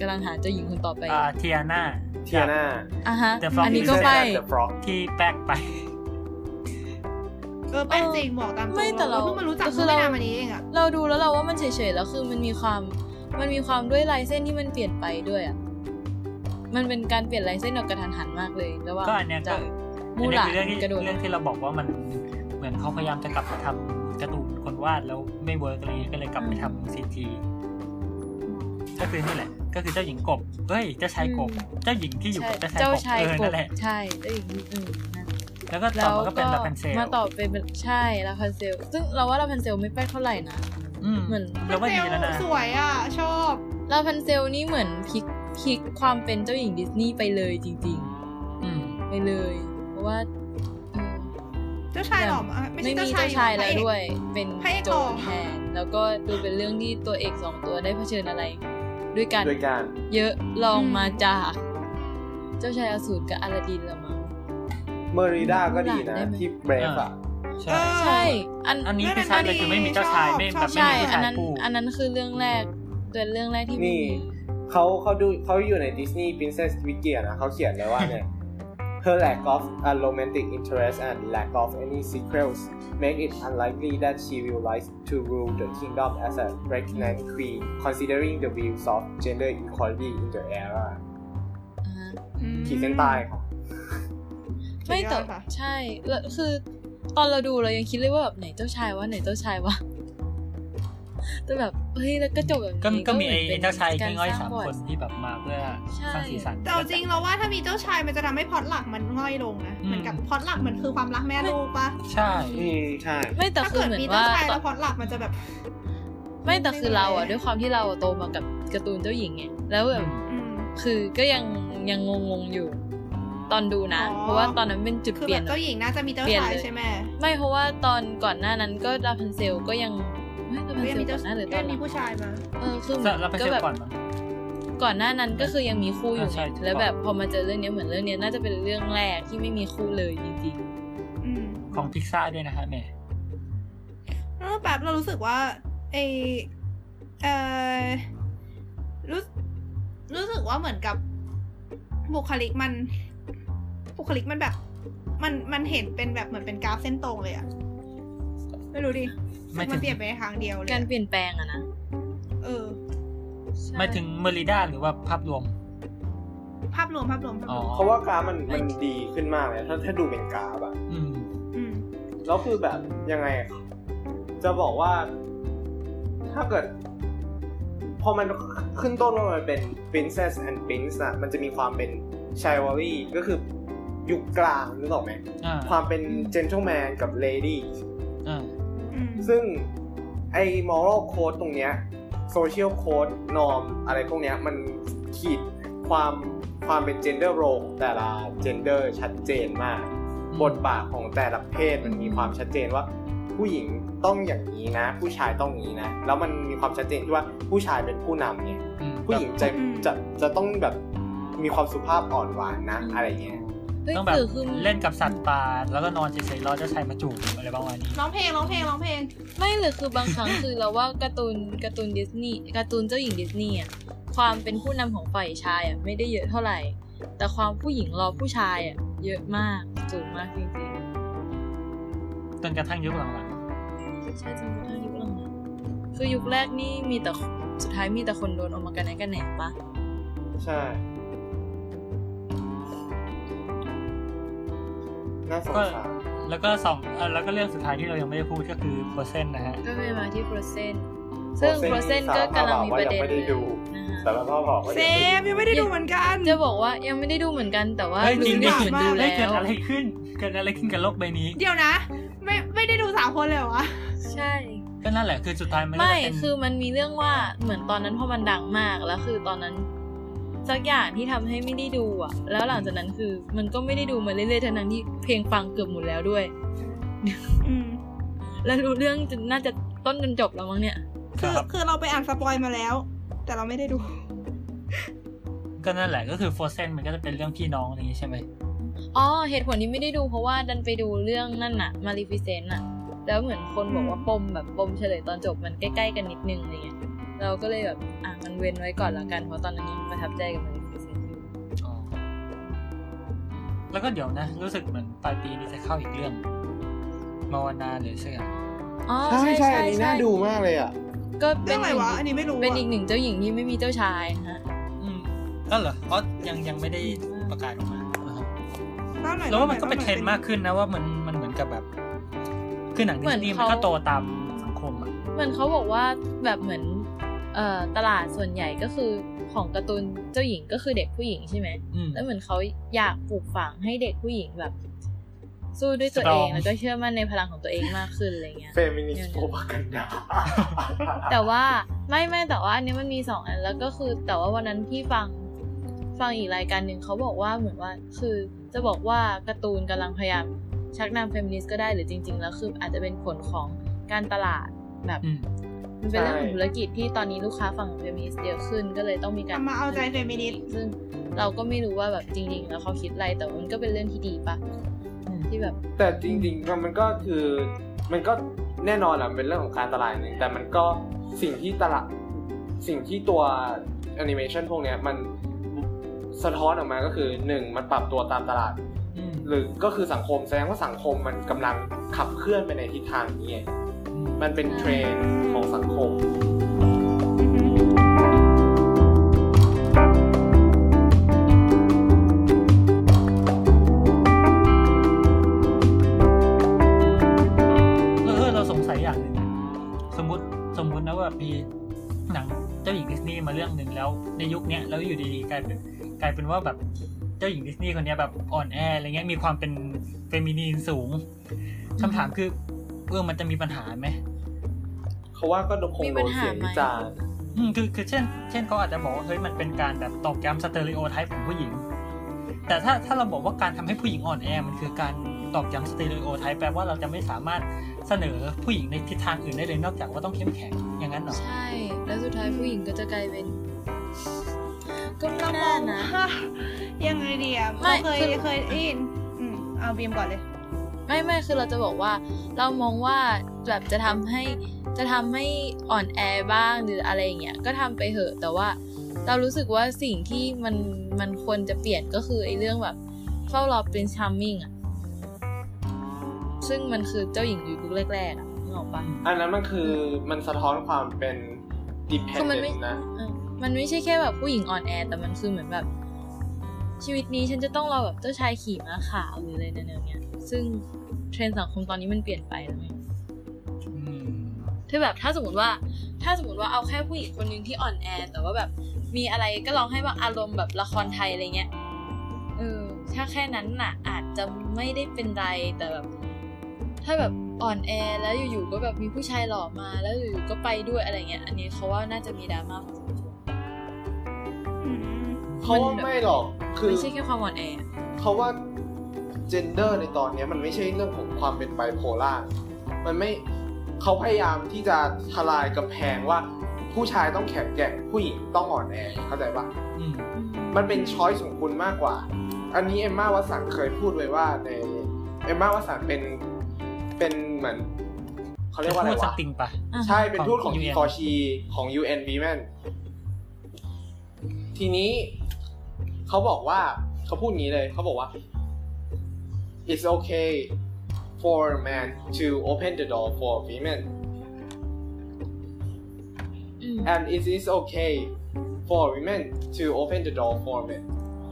S5: กำลังหาเจ้าหญิงคนต่อไป
S4: อ่าเทียนา
S3: เทียน่า
S5: อ่ะฮะ
S4: The Frog
S5: อันนี้ก็ไฟ
S3: เดอะฟรอก
S4: ที่แป๊กไป
S6: เออแปลกจริงบอกตามตรง
S5: ไม่แต่เรา
S6: เราเพิ่งมารู้จัก
S5: แต่คื
S6: เมื่
S5: อ
S6: อ
S5: เรา
S6: ไม่นานมานี้เองอะ
S5: เราดูแล้วเราว่ามันเฉยๆแล้วคือมันมีความมันมีความด้วยลายเส้นที่มันเปลี่ยนไปด้วยอ่ะมันเป็นการเปลี่ยนลายเส้นแบบกระทันหันมากเลยระหว่าง
S4: ก็อันเนี้ยก็
S5: จาก
S4: อันเนี้ยคือ
S5: มูหลาน
S4: เรื่องที่
S5: กระโดด
S4: เรื่องที่เราบอกว่ามันเหมือนเขาพยายามจะกลับมาทำการ์ตูนคนวาดแล้วไม่เวิร์กอะไรเงี้ยก็เลยกลับไปทำซีทีก็คือนี่แหละ ก็คือเจ้าหญิงกบเฮ้ยเจ้าชายกบ เจ้าหญิงที่อยู่
S5: ใช่
S4: กับเจ้าชาย
S5: เจ้าก
S4: บเออก นั่
S5: ชายบ
S4: นแหละ
S5: ใช่เจ้าหญิงอืมนั่น
S4: แล้วก็ต่
S5: แล้
S4: อ
S5: ว
S4: มา
S5: ก็
S4: ก็เป็นลาพันเซล
S5: มาตอบเป็นใช่ลาพันเซล ซึ่งเราว่าลาพันเซลไม่แป๊กเท่าไหร่นะ
S4: อืม
S5: เหมือน
S4: เราว่าดีแล้วนะ
S6: สวยอ่ะ ชอบ
S5: ลาพันเซลนี่เหมือนพลิกพลิกความเป็นเจ้าหญิงดิสนีย์ไปเลยจริง
S4: อืม
S5: ๆ ไปเลย เพราราะว่าเออ
S6: เจ้าชายหล่อมากไม่
S5: ไม่มี
S6: ใช่เจ้า
S5: เจ้า
S6: ชา
S5: ยชายแล้ว
S6: พระเอก
S5: ด้วย เป็น
S6: พระเอก
S5: โจ
S6: หล่อ
S5: รแทนแล้วก็ดูเป็นเรื่องที่ตัวเอกสองตัวได้เผชิญอะไร ด้วยกัน
S3: ด้วยกัน
S5: เยอะลองมาจาก เจ้าชายอสูรกับอาลาดินละมั้ง
S3: เมอริด้าก็ดีนะ
S5: ได้ไหม
S3: ที่เบรฟอะ
S6: เอ
S4: ใช่
S6: อ
S5: ใช่ อัน
S4: อันนี้
S6: ไม่
S4: คือใช่เลย
S6: ไม่
S4: คือไม่มีเจ้าชายไม่
S6: ช
S4: แบ
S6: อ
S4: บบ ไม่
S5: ใช่
S4: มีผู้
S5: อั
S4: ชาน ย
S5: นั้น
S4: คู่
S5: อันนั้นคือเรื่องแรก เป็นเรื่องแรกที่
S3: นี่
S5: มี
S3: เขาเขาดูเขาอยู่ในดิสนีย์ Princess Wikia นะเขาเขียนเลยว่าเนี่ย Her lack of a romantic interest and lack of any sequels make it unlikely that she will rise to rule the kingdom as a regnant queen considering the views of gender equality in the era
S5: อ่าฮะ
S6: อืม
S3: ขีดเส้นใต้ครับ
S5: ไม่แต่
S6: สุดยอดค่ะ
S5: ใช่แล้วคือ ตอนเราดูเรายังคิดเลยว่าแบบไหนเจ้าชายวะไหนเจ้าชายวะ แต่แบบเฮ้ยแล้วก็จบแบบนี้
S4: ก็ก็มี
S5: ห
S4: ไอ้
S5: นป็น
S4: เจ้าชาย
S5: กร
S4: ที่ง่อย
S5: ร้
S4: สาม
S5: ประวั
S4: คน
S5: ติ
S4: ที่แบบมาเพื่อ
S5: ใช่
S4: สร้างสีสัน
S6: แต่เอาจริงเราว่าถ้ามีเจ้าชายมันจะทำให้พล็อดหลักมันง่อยลงนะ
S4: อืม
S6: เหมือนกับพล็อดหลักมันคือความรักแม่ลูกปะ
S4: ใช่
S3: อืม ใช่
S5: ไม่แต่
S6: ถ้า
S5: คือ
S6: เกิด
S5: เหมือน
S6: มี
S5: ว่า
S6: เจ้าชายแล้วพล็อดหลักมันจะแบบ
S5: ไม่แต่คือเราอะ
S6: ไม่เป็นไร
S5: ด้วยความที่เราอะโตมากับการ์ตูนเจ้าหญิงไงแล้วแบบ
S6: อืม
S5: คือก็ยังยังงงๆอยู่ ตอนดูนะ
S6: อ๋อ
S5: เพราะว่าตอนนั้นเป็นจุด
S6: คือ
S5: เปลี่ย
S6: แบ
S5: น
S6: บเจ้าหญิงน่าจะมีเจ้าชายใช่ไหม
S5: ไม่เพราะว่าตอนก่อนหน้านั้นก็ราพันเซลก็ยังไม่ราพันเซ
S6: ก็ยั
S5: ล
S6: งมี
S5: ก่
S6: เจ้า
S5: อนหน้าหรือต
S6: ก็
S5: อน
S6: ยัง
S5: หลัง
S6: มีผู้ชายมา
S5: เออคือ
S4: สำหรับเป็น
S5: ก็
S4: เซล
S5: แบ
S4: ล์
S5: บ
S4: ก่อนมั้ง
S5: ก่อนหน้านั้นก็คือยังมีคู่อยู่
S4: อ่าใช่
S5: ไง
S4: ถูกต้อง
S5: แล้วแบบพอมาเจอเรื่องเนี้ยเหมือนเรื่องเนี้ยน่าจะเป็นเรื่องแรกที่ไม่มีคู่เลยจริง
S6: อืม
S4: ของพิกซ่าด้วยนะฮะแหม่
S6: แล้วแบบเรารู้สึกว่าไอเออรู้รู้สึกว่าเหมือนกับบุคลิกมัน บุคลิกมันแบบ มันมันเห็นเป็นแบบเหมือนเป็นกราฟเส้นตรงเลยอะไม่รู้ดิ
S4: ไม่ถึง
S6: มันเปลี่ยนไปในทางเดียวเลย
S5: ๆ
S6: อะ
S5: การเปลี่ยนแปลงอะนะ
S6: เออ
S5: ใช่
S4: หมายถึงเมอริด้าหรือว่าภาพรวม
S6: ภาพรวมภาพรวมภาพ
S4: อ๋อ
S6: รวม
S3: เพราะว่ากราฟมันมันดีขึ้นมากเลย ถ้าถ้าดูเป็นกราฟอะ
S4: อืม
S6: อืม
S3: แล้วคือแบบยังไงอะจะบอกว่าถ้าเกิด พอมันขึ้นต้นว่ามันเป็น princess and prince นะมันจะมีความเป็น chivalry ก็คือยุคกลางนึกออกไหม
S4: อ่า
S3: ความเป็น gentleman กับ lady
S4: อ่า
S6: อืม
S3: ซึ่งไอ้ moral code ตรงเนี้ย social code norm อะไรพวกเนี้ย มันขีดความความเป็น gender role ของแต่ละ gender ชัดเจนมาก บทบาทของแต่ละเพศมันมีความชัดเจนว่า ผู้หญิงต้องอย่างนี้นะ ผู้ชายต้องอย่างนี้นะ แล้วมันมีความชัดเจนที่ว่าผู้ชายเป็นผู้นำเนี่ย
S4: อืม
S3: ผู้หญิงจะจะจะต้องแบบมีความสุภาพอ่อนหวานนะ อะไรเงี้ย
S5: เฮ้ย
S4: ต้องแบบ
S5: คือคือ
S4: เล่นกับสัตว์ป่าแล้วก็นอนเฉยๆรอเจ้าชายมาจูบอะไรประมาณนี้
S6: ร้องเพลงร้องเพลงร้องเพลง
S5: ไม่หรือคือบางครั้ง คือเราว่าการ์ตูนการ์ตูนดิสนีย์การ์ตูนเจ้าหญิงดิสนีย์อะความเป็นผู้นำของฝ่ายชายอะไม่ได้เยอะเท่าไหร่ แต่ความผู้หญิงรอผู้ชายอะเยอะมากสูงมากจริง
S4: จนกระทั่งยุคหลัง
S5: ๆใช่จนกระทั่งยุคหลังๆคือยุคแรกนี่มีแต่สุดท้ายมีแต่คนโดนออกมากันแหนกันแหนปะ
S3: ใช่ น่าสงสาร
S4: ๆแล้วก็สองเอ่อแล้วก็เรื่องสุดท้ายที่เรายังไม่ได้พูดก็คือเปอร์เซ็นต์นะฮะ
S5: ก็เลยมาที่โปรเซนซึ่งโปรเซนก็กำลังมีประเด็นเลย
S3: แต่
S5: นะ
S3: ว่า
S5: คะ
S3: พ่อบอกว่า
S6: เซฟยังไม่ได้ดูเหมือนกัน
S5: จะบอกว่ายังไม่ได้ดูเหมือนกันแต่ว่า
S4: เฮ้ยจริ
S5: รู้
S4: งดิ
S5: สึกเหมือนดู
S6: เฮ้
S5: แล้
S4: เฮ้ยเกิดอะไร
S5: ว
S4: ขึ้น เกิดอะไรขึ้นกับโลกใบนี้
S6: เดี๋ยวนะ ไม่ไม่ได้ดูสามคนเลยเหรอวะ
S5: ใช่
S4: ก็นั่นแหละคือสุดท้ายมันก็
S5: ไม่
S4: จะเป็น
S5: คือมันมีเรื่องว่าเหมือนตอนนั้นพอมันดังมาก แล้วคือตอนนั้นสักอย่างที่ทำให้ไม่ได้ดูอ่ะ แล้วหลังจากนั้นคือมันก็ไม่ได้ดูมาเรื่อยๆทั้งนั้นที่เพลงฟังเกือบหมดแล้วด้วย
S6: อืม
S5: แล้วรู้เรื่องจนน่าจะต้นจนจบแล้วมั้งเนี่ย
S6: คือคือเราไปอ่านสปอยมาแล้ว แต่เราไม่ได้ดู
S4: ก็นั่นแหละก็คือโฟเซนมันก็จะเป็นเรื่องพี่น้องอะไรอย่างงี้ใช่ไหม
S5: อ๋อเหตุผลที่ไม่ได้ดูเพราะว่าดันไปดูเรื่องนั่นน่ะมา l ิฟิเซนน่ะ แล้วเหมือนคนบอกว่าปมแบบปมเฉลยตอนจบมันใกล้ ๆ กันนิดนึงอะไรเงี้ยเราก็เลยแบบอ่ะมันเว้นไว้ก่อนละกันเพราะตอนนั้นยังประทับใจกับมา l ิฟิเซนอยู่
S4: อ๋อแล้วก็เดี๋ยวนะ รู้สึกเหมือนปลายปีนี้จะเข้าอีกเรื่องมาวนาหรือสักอย่าง
S5: อ๋อ
S3: ใช่
S5: ใช่
S3: ใช่
S5: ใช่
S3: อันนี้
S5: ใช่
S3: น่าดูมากเลยอ่ะ
S5: ก็
S6: เรื่
S5: เป็
S6: อน งอะไรวะ อันนี้ไม่รู้
S5: เป็นอี
S6: อะ
S5: กหนึ่งเจ้าหญิงที่ไม่มีเจ้าชายฮะ
S4: อืมก็เหรอเพราะยังยังไม่ได้ประกาศออกมาอ่าฮะ
S6: เล่หน่อย
S4: แล้วว่ามันก็เป็น
S6: ล่
S4: เท
S6: ห
S4: ร
S6: อน ย
S4: ด์มากขึ้นนะว่ามันมันเหมือนกับแบบคือหนังดิสนีย์มันก็โตตามสังคมอะ
S5: เหมือนเขาบอกว่าแบบเหมือนเอ่อตลาดส่วนใหญ่ก็คือของการ์ตูนเจ้าหญิงก็คือเด็กผู้หญิงใช่ไหม
S4: อืม
S5: แล้วเหมือนเขาอยากปลูกฝังให้เด็กผู้หญิงแบบ สู้ด้วยตัวเอง
S4: Strong
S5: แล้วก็เชื่อมั่นในพลังของตัวเองมากขึ้นอะไรเงี้ย
S3: เฟมินิสต์โปรปากันดา
S5: แต่ว่าไม่ไม่แต่ว่าอันเนี้ยมันมีสองอันแล้วก็คือ แต่ว่าวันนั้นที่ฟังฟังอีกรายการหนึ่งเขาบอกว่าเหมือนว่าคือจะบอกว่าการ์ตูนกำลังพยายามชักนำเฟมินิสต์ก็ได้หรือจริง ๆ แล้วคืออาจจะเป็นผลของการตลาดแบบ
S4: อืม
S5: มันเป็นเรื่องของ
S3: ใช่
S5: ธุรกิจที่ตอนนี้ลูกค้าฝั่งเฟมินิสต์เยอะขึ้นก็เลยต้องมีการ
S6: ทำมาเอาใจเฟมินิสต์
S5: ซึ่งเราก็ไม่รู้ว่าแบบจริง ๆ แล้วเขาคิดอะไรแต่มันก็เป็นเรื่องที่ดีปะ
S4: อืม
S5: ที่แบบ
S3: แต่จริงๆมันก็คือมันก็แน่นอนแหละมันเป็นเรื่องของการตลาดหนึ่งแต่มันก็สิ่งที่ตลาดสิ่งที่ตัวแอนิเมชันพวกเนี้ยมันสะท้อนออกมาก็คือหนึ่งมันปรับตัวตามตลาด
S4: อืม
S3: หรือก็คือสังคมแสดงว่าสังคมมันกำลังขับเคลื่อนไปในทิศทางนี้ไงมันเป็นเทรนด์ของสังคม
S4: เออเราสงสัยอย่างหนึ่งสมมติสมมตินะว่ามีหนังเจ้าหญิงดิสนีย์มาเรื่องหนึ่งแล้วในยุคเนี้ยแล้วอยู่ดีๆกลายเป็นกลายเป็นว่าแบบเจ้าหญิงดิสนีย์คนเนี้ยแบบอ่อนแออะไรเงี้ยมีความเป็นเฟมินีนสูงคำถามคือเออมันจะมีปัญหาไหม
S3: เขาว่าก็คงโดนเสียงวิจารณ์
S4: อืมคือคือเช่น เช่นเขาอาจจะบอกว่าเฮ้ยมันเป็นการแบบตอกย้ำสเตอริโอไทป์ของผู้หญิง แต่ถ้าถ้าเราบอกว่าการทำให้ผู้หญิงอ่อนแอมันคือการตอกย้ำสเตอริโอไทป์แปลว่าเราจะไม่สามารถเสนอผู้หญิงในทิศทางอื่นได้เลยนอกจากว่าต้องเข้มแข็งอย่างนั้นเหรอ
S5: ใช่ แล้วสุดท้ายผู้หญิงก็จะกลายเป็น ก็ไม่
S6: เราม
S5: น่า
S6: อง
S5: นะ
S6: ว่ายังไงดีอะ
S5: ไม่
S6: เราเคย
S5: คือ
S6: เคยได้ยินอืมเอาบีมก่อนเลย
S5: ไม่ไม่คือเราจะบอกว่า เรามองว่าแบบจะทำให้จะทำให้อ่อนแอบ้างหรืออะไรอย่างเงี้ยก็ทำไปเถอะ แต่ว่าเรารู้สึกว่าสิ่งที่มันมันควรจะเปลี่ยนก็คือไอ้เรื่องแบบเฝ้ารอเป็นชาร์มมิ่งอะซึ่งมันคือเจ้าหญิงยุคแรกๆอะนึกออกปะ
S3: อันนั้นมันคือมันสะท้อนความเป็น
S5: คือมันไม่
S3: dependent นะ
S5: เออมันไม่ใช่แค่แบบผู้หญิงอ่อนแอ แต่มันคือเหมือนแบบ ชีวิตนี้ฉันจะต้องรอแบบเจ้าชายขี่ม้าขาวหรืออะไรเนื้อเนี่ยซึ่งเทรนด์สังคมตอนนี้มันเปลี่ยนไปแล้วไง
S4: อืม
S5: คือแบบถ้าสมมติว่า ถ้าสมมติว่าเอาแค่ผู้หญิงคนหนึ่งที่อ่อนแอ แต่ว่าแบบมีอะไรก็ลองให้แบบอารมณ์แบบละครไทยอะไรเงี้ยเออถ้าแค่นั้นน่ะ อาจจะไม่ได้เป็นไรแต่แบบ ถ้าแบบอ่อนแอแล้วอยู่ๆก็แบบมีผู้ชายหล่อมาแล้วอยู่ๆก็ไปด้วยอะไรเงี้ย อันนี้เขาว่าน่าจะมีดราม่าพอสมควร
S6: อืม
S3: เขาว่าไม่หรอก คือ
S5: ไม่ใช่แค่ความอ่อนแออะ
S3: เขาว่าเจนเดอร์ในตอนเนี้ยมันไม่ใช่เรื่องของความเป็นไบโพล่า มันไม่เขาพยายามที่จะทลายกำแพงว่า ผู้ชายต้องแข็งแกร่งผู้หญิงต้องอ่อนแอเข้าใจปะ
S4: อืม
S3: มันเป็นช้อยส์ของคุณมากกว่า อันนี้เอมมาวัตสันเคยพูดไว้ว่าในเอมมาวัตสันเป็นเป็นเหมือนเขาเรียกว่าอะไร
S4: พูดสัก
S3: วะ
S4: ติงปะ
S5: อ่ะ
S3: ใช่ เป็นทูตของ
S4: ของ UN
S3: คอชีของ UN Women ทีนี้เขาบอกว่าเขาพูดงี้เลยเขาบอกว่า it's okay for men to open the door for women
S5: อืม
S3: and it is okay for women to open the door for men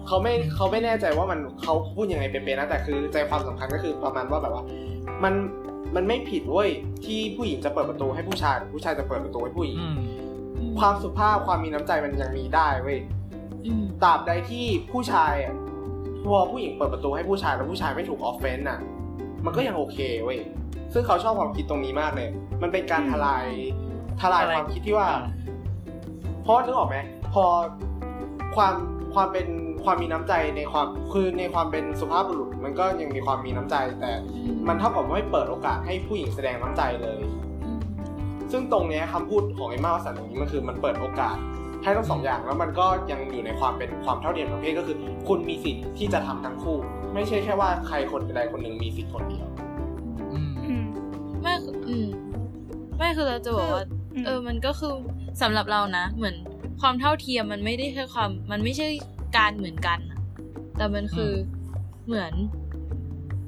S3: เขาไม่เขาไม่แน่ใจว่ามันเขาพูดยังไงเป็นๆนะแต่คือใจความสำคัญก็คือประมาณว่าแบบว่ามันมันไม่ผิดเว้ยที่ผู้หญิงจะเปิดประตูให้ผู้ชาย ผู้ชายจะเปิดประตูให้ผู้หญิง
S4: อืม
S3: ความสุภาพความมีน้ำใจมันยังมีได้เว้ย
S5: อืม
S3: ตราบใดที่ผู้ชายอะพอผู้หญิงเปิดประตูให้ผู้ชายแล้วผู้ชายไม่ถูกออฟเฟนน่ะ มันก็ยังโอเคเว้ย ซึ่งเขาชอบความคิดตรงนี้มากเลย มันเป็นการทลายทลายความคิดที่ว่า เพราะนึกออกไหมพอความความเป็นความมีน้ำใจในความคือในความเป็นสุภาพบุรุษ มันก็ยังมีความมีน้ำใจ แต่มันเท่ากับไม่เปิดโอกาสให้ผู้หญิงแสดงน้ำใจเลย ซึ่งตรงเนี้ยคำพูดของไอ้มาสันตรงนี้มันคือมันเปิดโอกาสให้ทั้งสองอย่างแล้วมันก็ยังอยู่ในความเป็นความเท่าเทียมทางเพศก็คือ คุณมีสิทธิ์ที่จะทำทั้งคู่ ไม่ใช่แค่ว่าใครคนใดคนหนึ่งมีสิทธิ์คนเดียว
S4: อืม
S6: อืม
S5: ไม่คืออืมไม่คือเราจะบอกว่า เออ มันก็คือสำหรับเรานะ เหมือนความเท่าเทียมมันไม่ได้แค่ความ มันไม่ใช่การเหมือนกันอะแต่มันคือเหมือน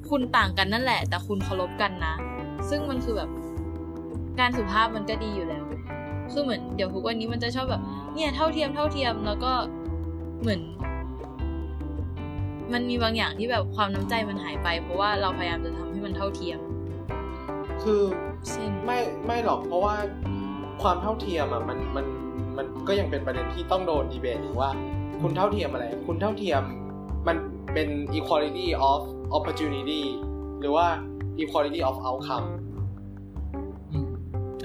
S5: คุณต่างกันนั่นแหละ แต่คุณเคารพกันนะ ซึ่งมันคือแบบ การสุภาพมันก็ดีอยู่แล้ว คือเหมือนเดี๋ยวทุกวันนี้มันจะชอบแบบ เนี่ยเท่าเทียมเท่าเทียมแล้วก็เหมือน มันมีบางอย่างที่แบบความน้ำใจมันหายไป เพราะว่าเราพยายามจะทำให้มันเท่าเทียม
S3: คือ
S5: เช่น
S3: ไม่ไม่หรอกเพราะว่าความเท่าเทียมอ่ะมันมันมันก็ยังเป็นประเด็นที่ต้องโดนดีเบตอีกว่า คุณเท่าเทียมอะไร คุณเท่าเทียมมันเป็น equality of opportunity หรือว่า equality of outcome
S4: อืม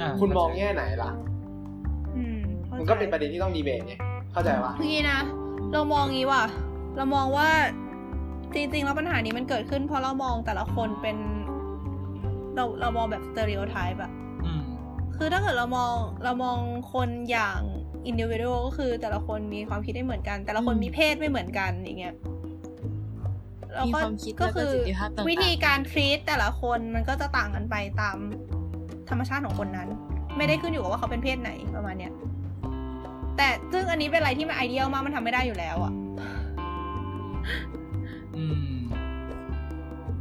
S4: อ่า
S3: คุณมองแง่ไหนล่ะ
S6: อืม
S3: มัน
S6: ข้า
S3: ก็
S6: ใจ
S3: เป็นประเด็นที่ต้องดีเบตไงเข้าใจปะ
S6: คืออย่างงี้นะ เรามองงี้ว่ะ เรามองว่า จริงๆแล้วปัญหานี้มันเกิดขึ้น เพราะเรามองแต่ละคนเป็น เราเรามองแบบสเตอริโอไทป์อะ
S4: อืม
S6: คือถ้าเกิดเรามองเรามองคนอย่างอินดิว d u a l ก็คือแต่ละคนมีความคิดไม่เหมือนกัน แต่ละคน
S5: อืม
S6: มีเพศไม่เหมือนกันอย่างเงี้ยแล้ว
S5: มี
S6: ก็
S5: ความคิด
S6: ก็
S5: และประ
S6: คือ
S5: สิทธิภาพต่างๆ
S6: วิธีการทรีตแต่ละคนมันก็จะต่างกันไปตามธรรมชาติของคนนั้น ไม่ได้ขึ้นอยู่กับว่าเขาเป็นเพศไหนประมาณเนี้ยแต่ซึ่งอันนี้เป็นอะไรที่มันไอเดียลมากมันทำไม่ได้อยู่แล้วอะ
S4: อืม
S6: แ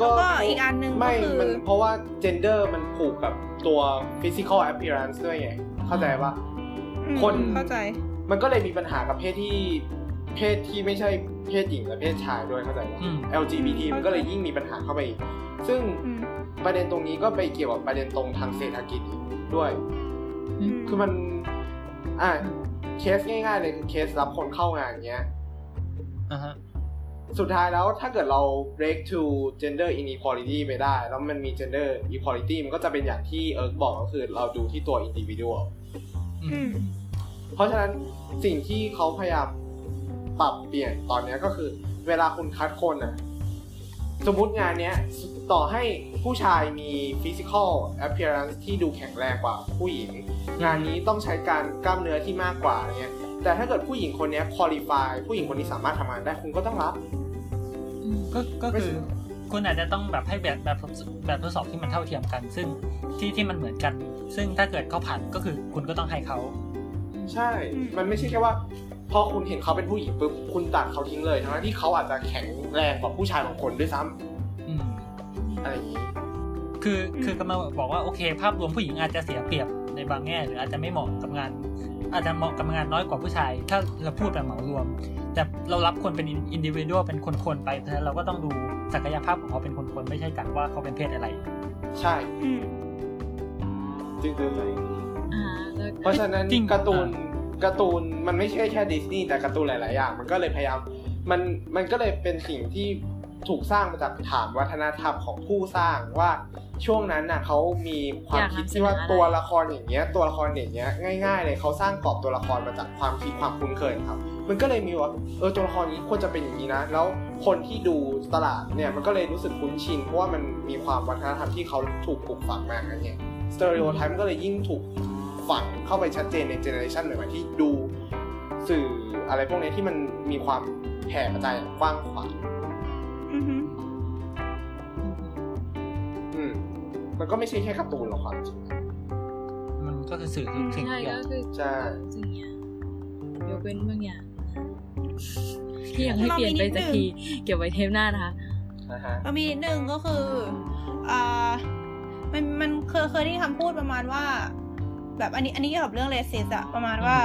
S6: ล้วก็อีกอันหนึ่งก็
S3: ไม่
S6: คือ
S3: มันเพราะว่า gender มันผูกกับตัว physical appearance ด้วยไง เข้าใจปะ
S6: อืม
S3: คน
S6: เข้าใจ
S3: มันก็เลยมีปัญหากับเพศที่เพศที่ไม่ใช่เพศหญิงและเพศชายด้วยเข้าใจไหม
S4: อืม
S3: LGBT
S6: อืม
S3: มันก็เลยยิ่งมีปัญหาเข้าไปอีก ซึ่ง
S6: อืม
S3: ประเด็นตรงนี้ก็ไปเกี่ยวกับประเด็นตรงทางเศรษฐกิจอีกด้วย
S6: อืม
S3: คือมัน อ่ะเคสง่ายๆเลยคือเคสรับคนเข้างานเงี้ย
S4: อ่าฮะ
S3: สุดท้ายแล้วถ้าเกิดเรา break to gender inequality ไปได้ แล้วมันมี gender equality มันก็จะเป็นอย่างที่เอิร์กบอกก็คือเราดูที่ตัว individual
S4: อืม
S3: เพราะฉะนั้นสิ่งที่เขาพยายามปรับเปลี่ยนตอนเนี้ยก็คือ เวลาคุณคัดคนอ่ะ สมมติงานเนี้ยต่อให้ผู้ชายมี physical appearance ที่ดูแข็งแรงกว่าผู้หญิง งานนี้ต้องใช้การกล้ามเนื้อที่มากกว่าอะไรเงี้ยแต่ถ้าเกิดผู้หญิงคนเนี้ย qualify ผู้หญิงคนนี้สามารถทำงานได้คุณก็ต้องรับ
S4: ก็ก็คือคุณอาจจะต้องแบบให้แบบแบบทดสอบแบบทดสอบที่มันเท่าเทียมกัน ซึ่งที่ที่มันเหมือนกัน ซึ่งถ้าเกิดเขาผ่านก็คือคุณก็ต้องให้เขา
S3: ใช่
S6: อืม
S3: มันไม่ใช่แค่ว่า พอคุณเห็นเขาเป็นผู้หญิงปุ๊บคุณตัดเขาทิ้งเลยทั้งที่เขาอาจจะแข็งแรงกว่าผู้ชายบางคนด้วยซ้ำ
S4: อืม
S3: อะไรอย่างนี้
S4: คือ
S6: อืม
S4: คือกำลังบอกว่าโอเค ภาพรวมผู้หญิงอาจจะเสียเปรียบในบางแง่ หรืออาจจะไม่เหมาะกับงาน อาจจะเหมาะกับงานน้อยกว่าผู้ชาย ถ้าเราพูดแบบเหมารวม แต่เรารับคนเป็นอินดิว d u a l เป็นคนๆไปเพราะฉะนั้นเราก็ต้องดูศักยภาพของเขาเป็นคนๆไม่ใช่จากว่าเขาเป็นเพศอะไร
S3: ใช่
S6: อืม
S3: จึงเกินไป
S5: อ่าแล้ว
S3: เพราะฉะนั้น
S4: จริง
S3: การ์ตูนการ์ตูนมันไม่ใช่แค่ดิสนีย์แต่การ์ตูนหลาย ๆ อย่าง มันก็เลยพยายามมันมันก็เลยเป็นสิ่งที่ถูกสร้างมาจากฐานวัฒนธรรมของผู้สร้างว่าช่วงนั้นน่ะเขามีความคิดที่ว่าตัวละครอย่างเงี้ยตัวละครอย่างเงี้ยง่าย ๆ เลยเขาสร้างกรอบตัวละครมาจากความคิดความคุ้นเคยครับ มันก็เลยมีว่าเออตัวละครนี้ควรจะเป็นอย่างนี้นะ แล้วคนที่ดูตลาดเนี่ยมันก็เลยรู้สึกคุ้นชินเพราะว่ามันมีความวัฒนธรรมที่เขาถูกปลูกฝังมาอย่างเงี้ย สเตอริโอไทป์ก็เลยยิ่งถูกฝังเข้าไปชัดเจนในเจเนอเรชันใหม่ๆที่ดูสื่ออะไรพวกนี้ที่มันมีความแผ่กระจายกว้างขวาง
S6: อือฮึ
S3: อืมมันก็ไม่ใช่แค่การ์ตูนหรอกครับ
S4: มันก็คือสื่อทุกสิ่ง
S5: ใช่
S4: ทุกอย่าง
S5: ก็คือ
S3: ใช่
S5: สิ่งเนี้ยยกเว้นบางอย่างที่ยังไม่เปลี่ยนไปสักที เก็บไว้เทปหน้านะคะ
S3: นะฮะ
S6: มันมีนิดนึงก็คืออ่ามัน มันเคย เคยได้ยินคำพูดประมาณว่า แบบอันนี้ อันนี้เกี่ยวกับเรื่องเลสิสอะประมาณว่า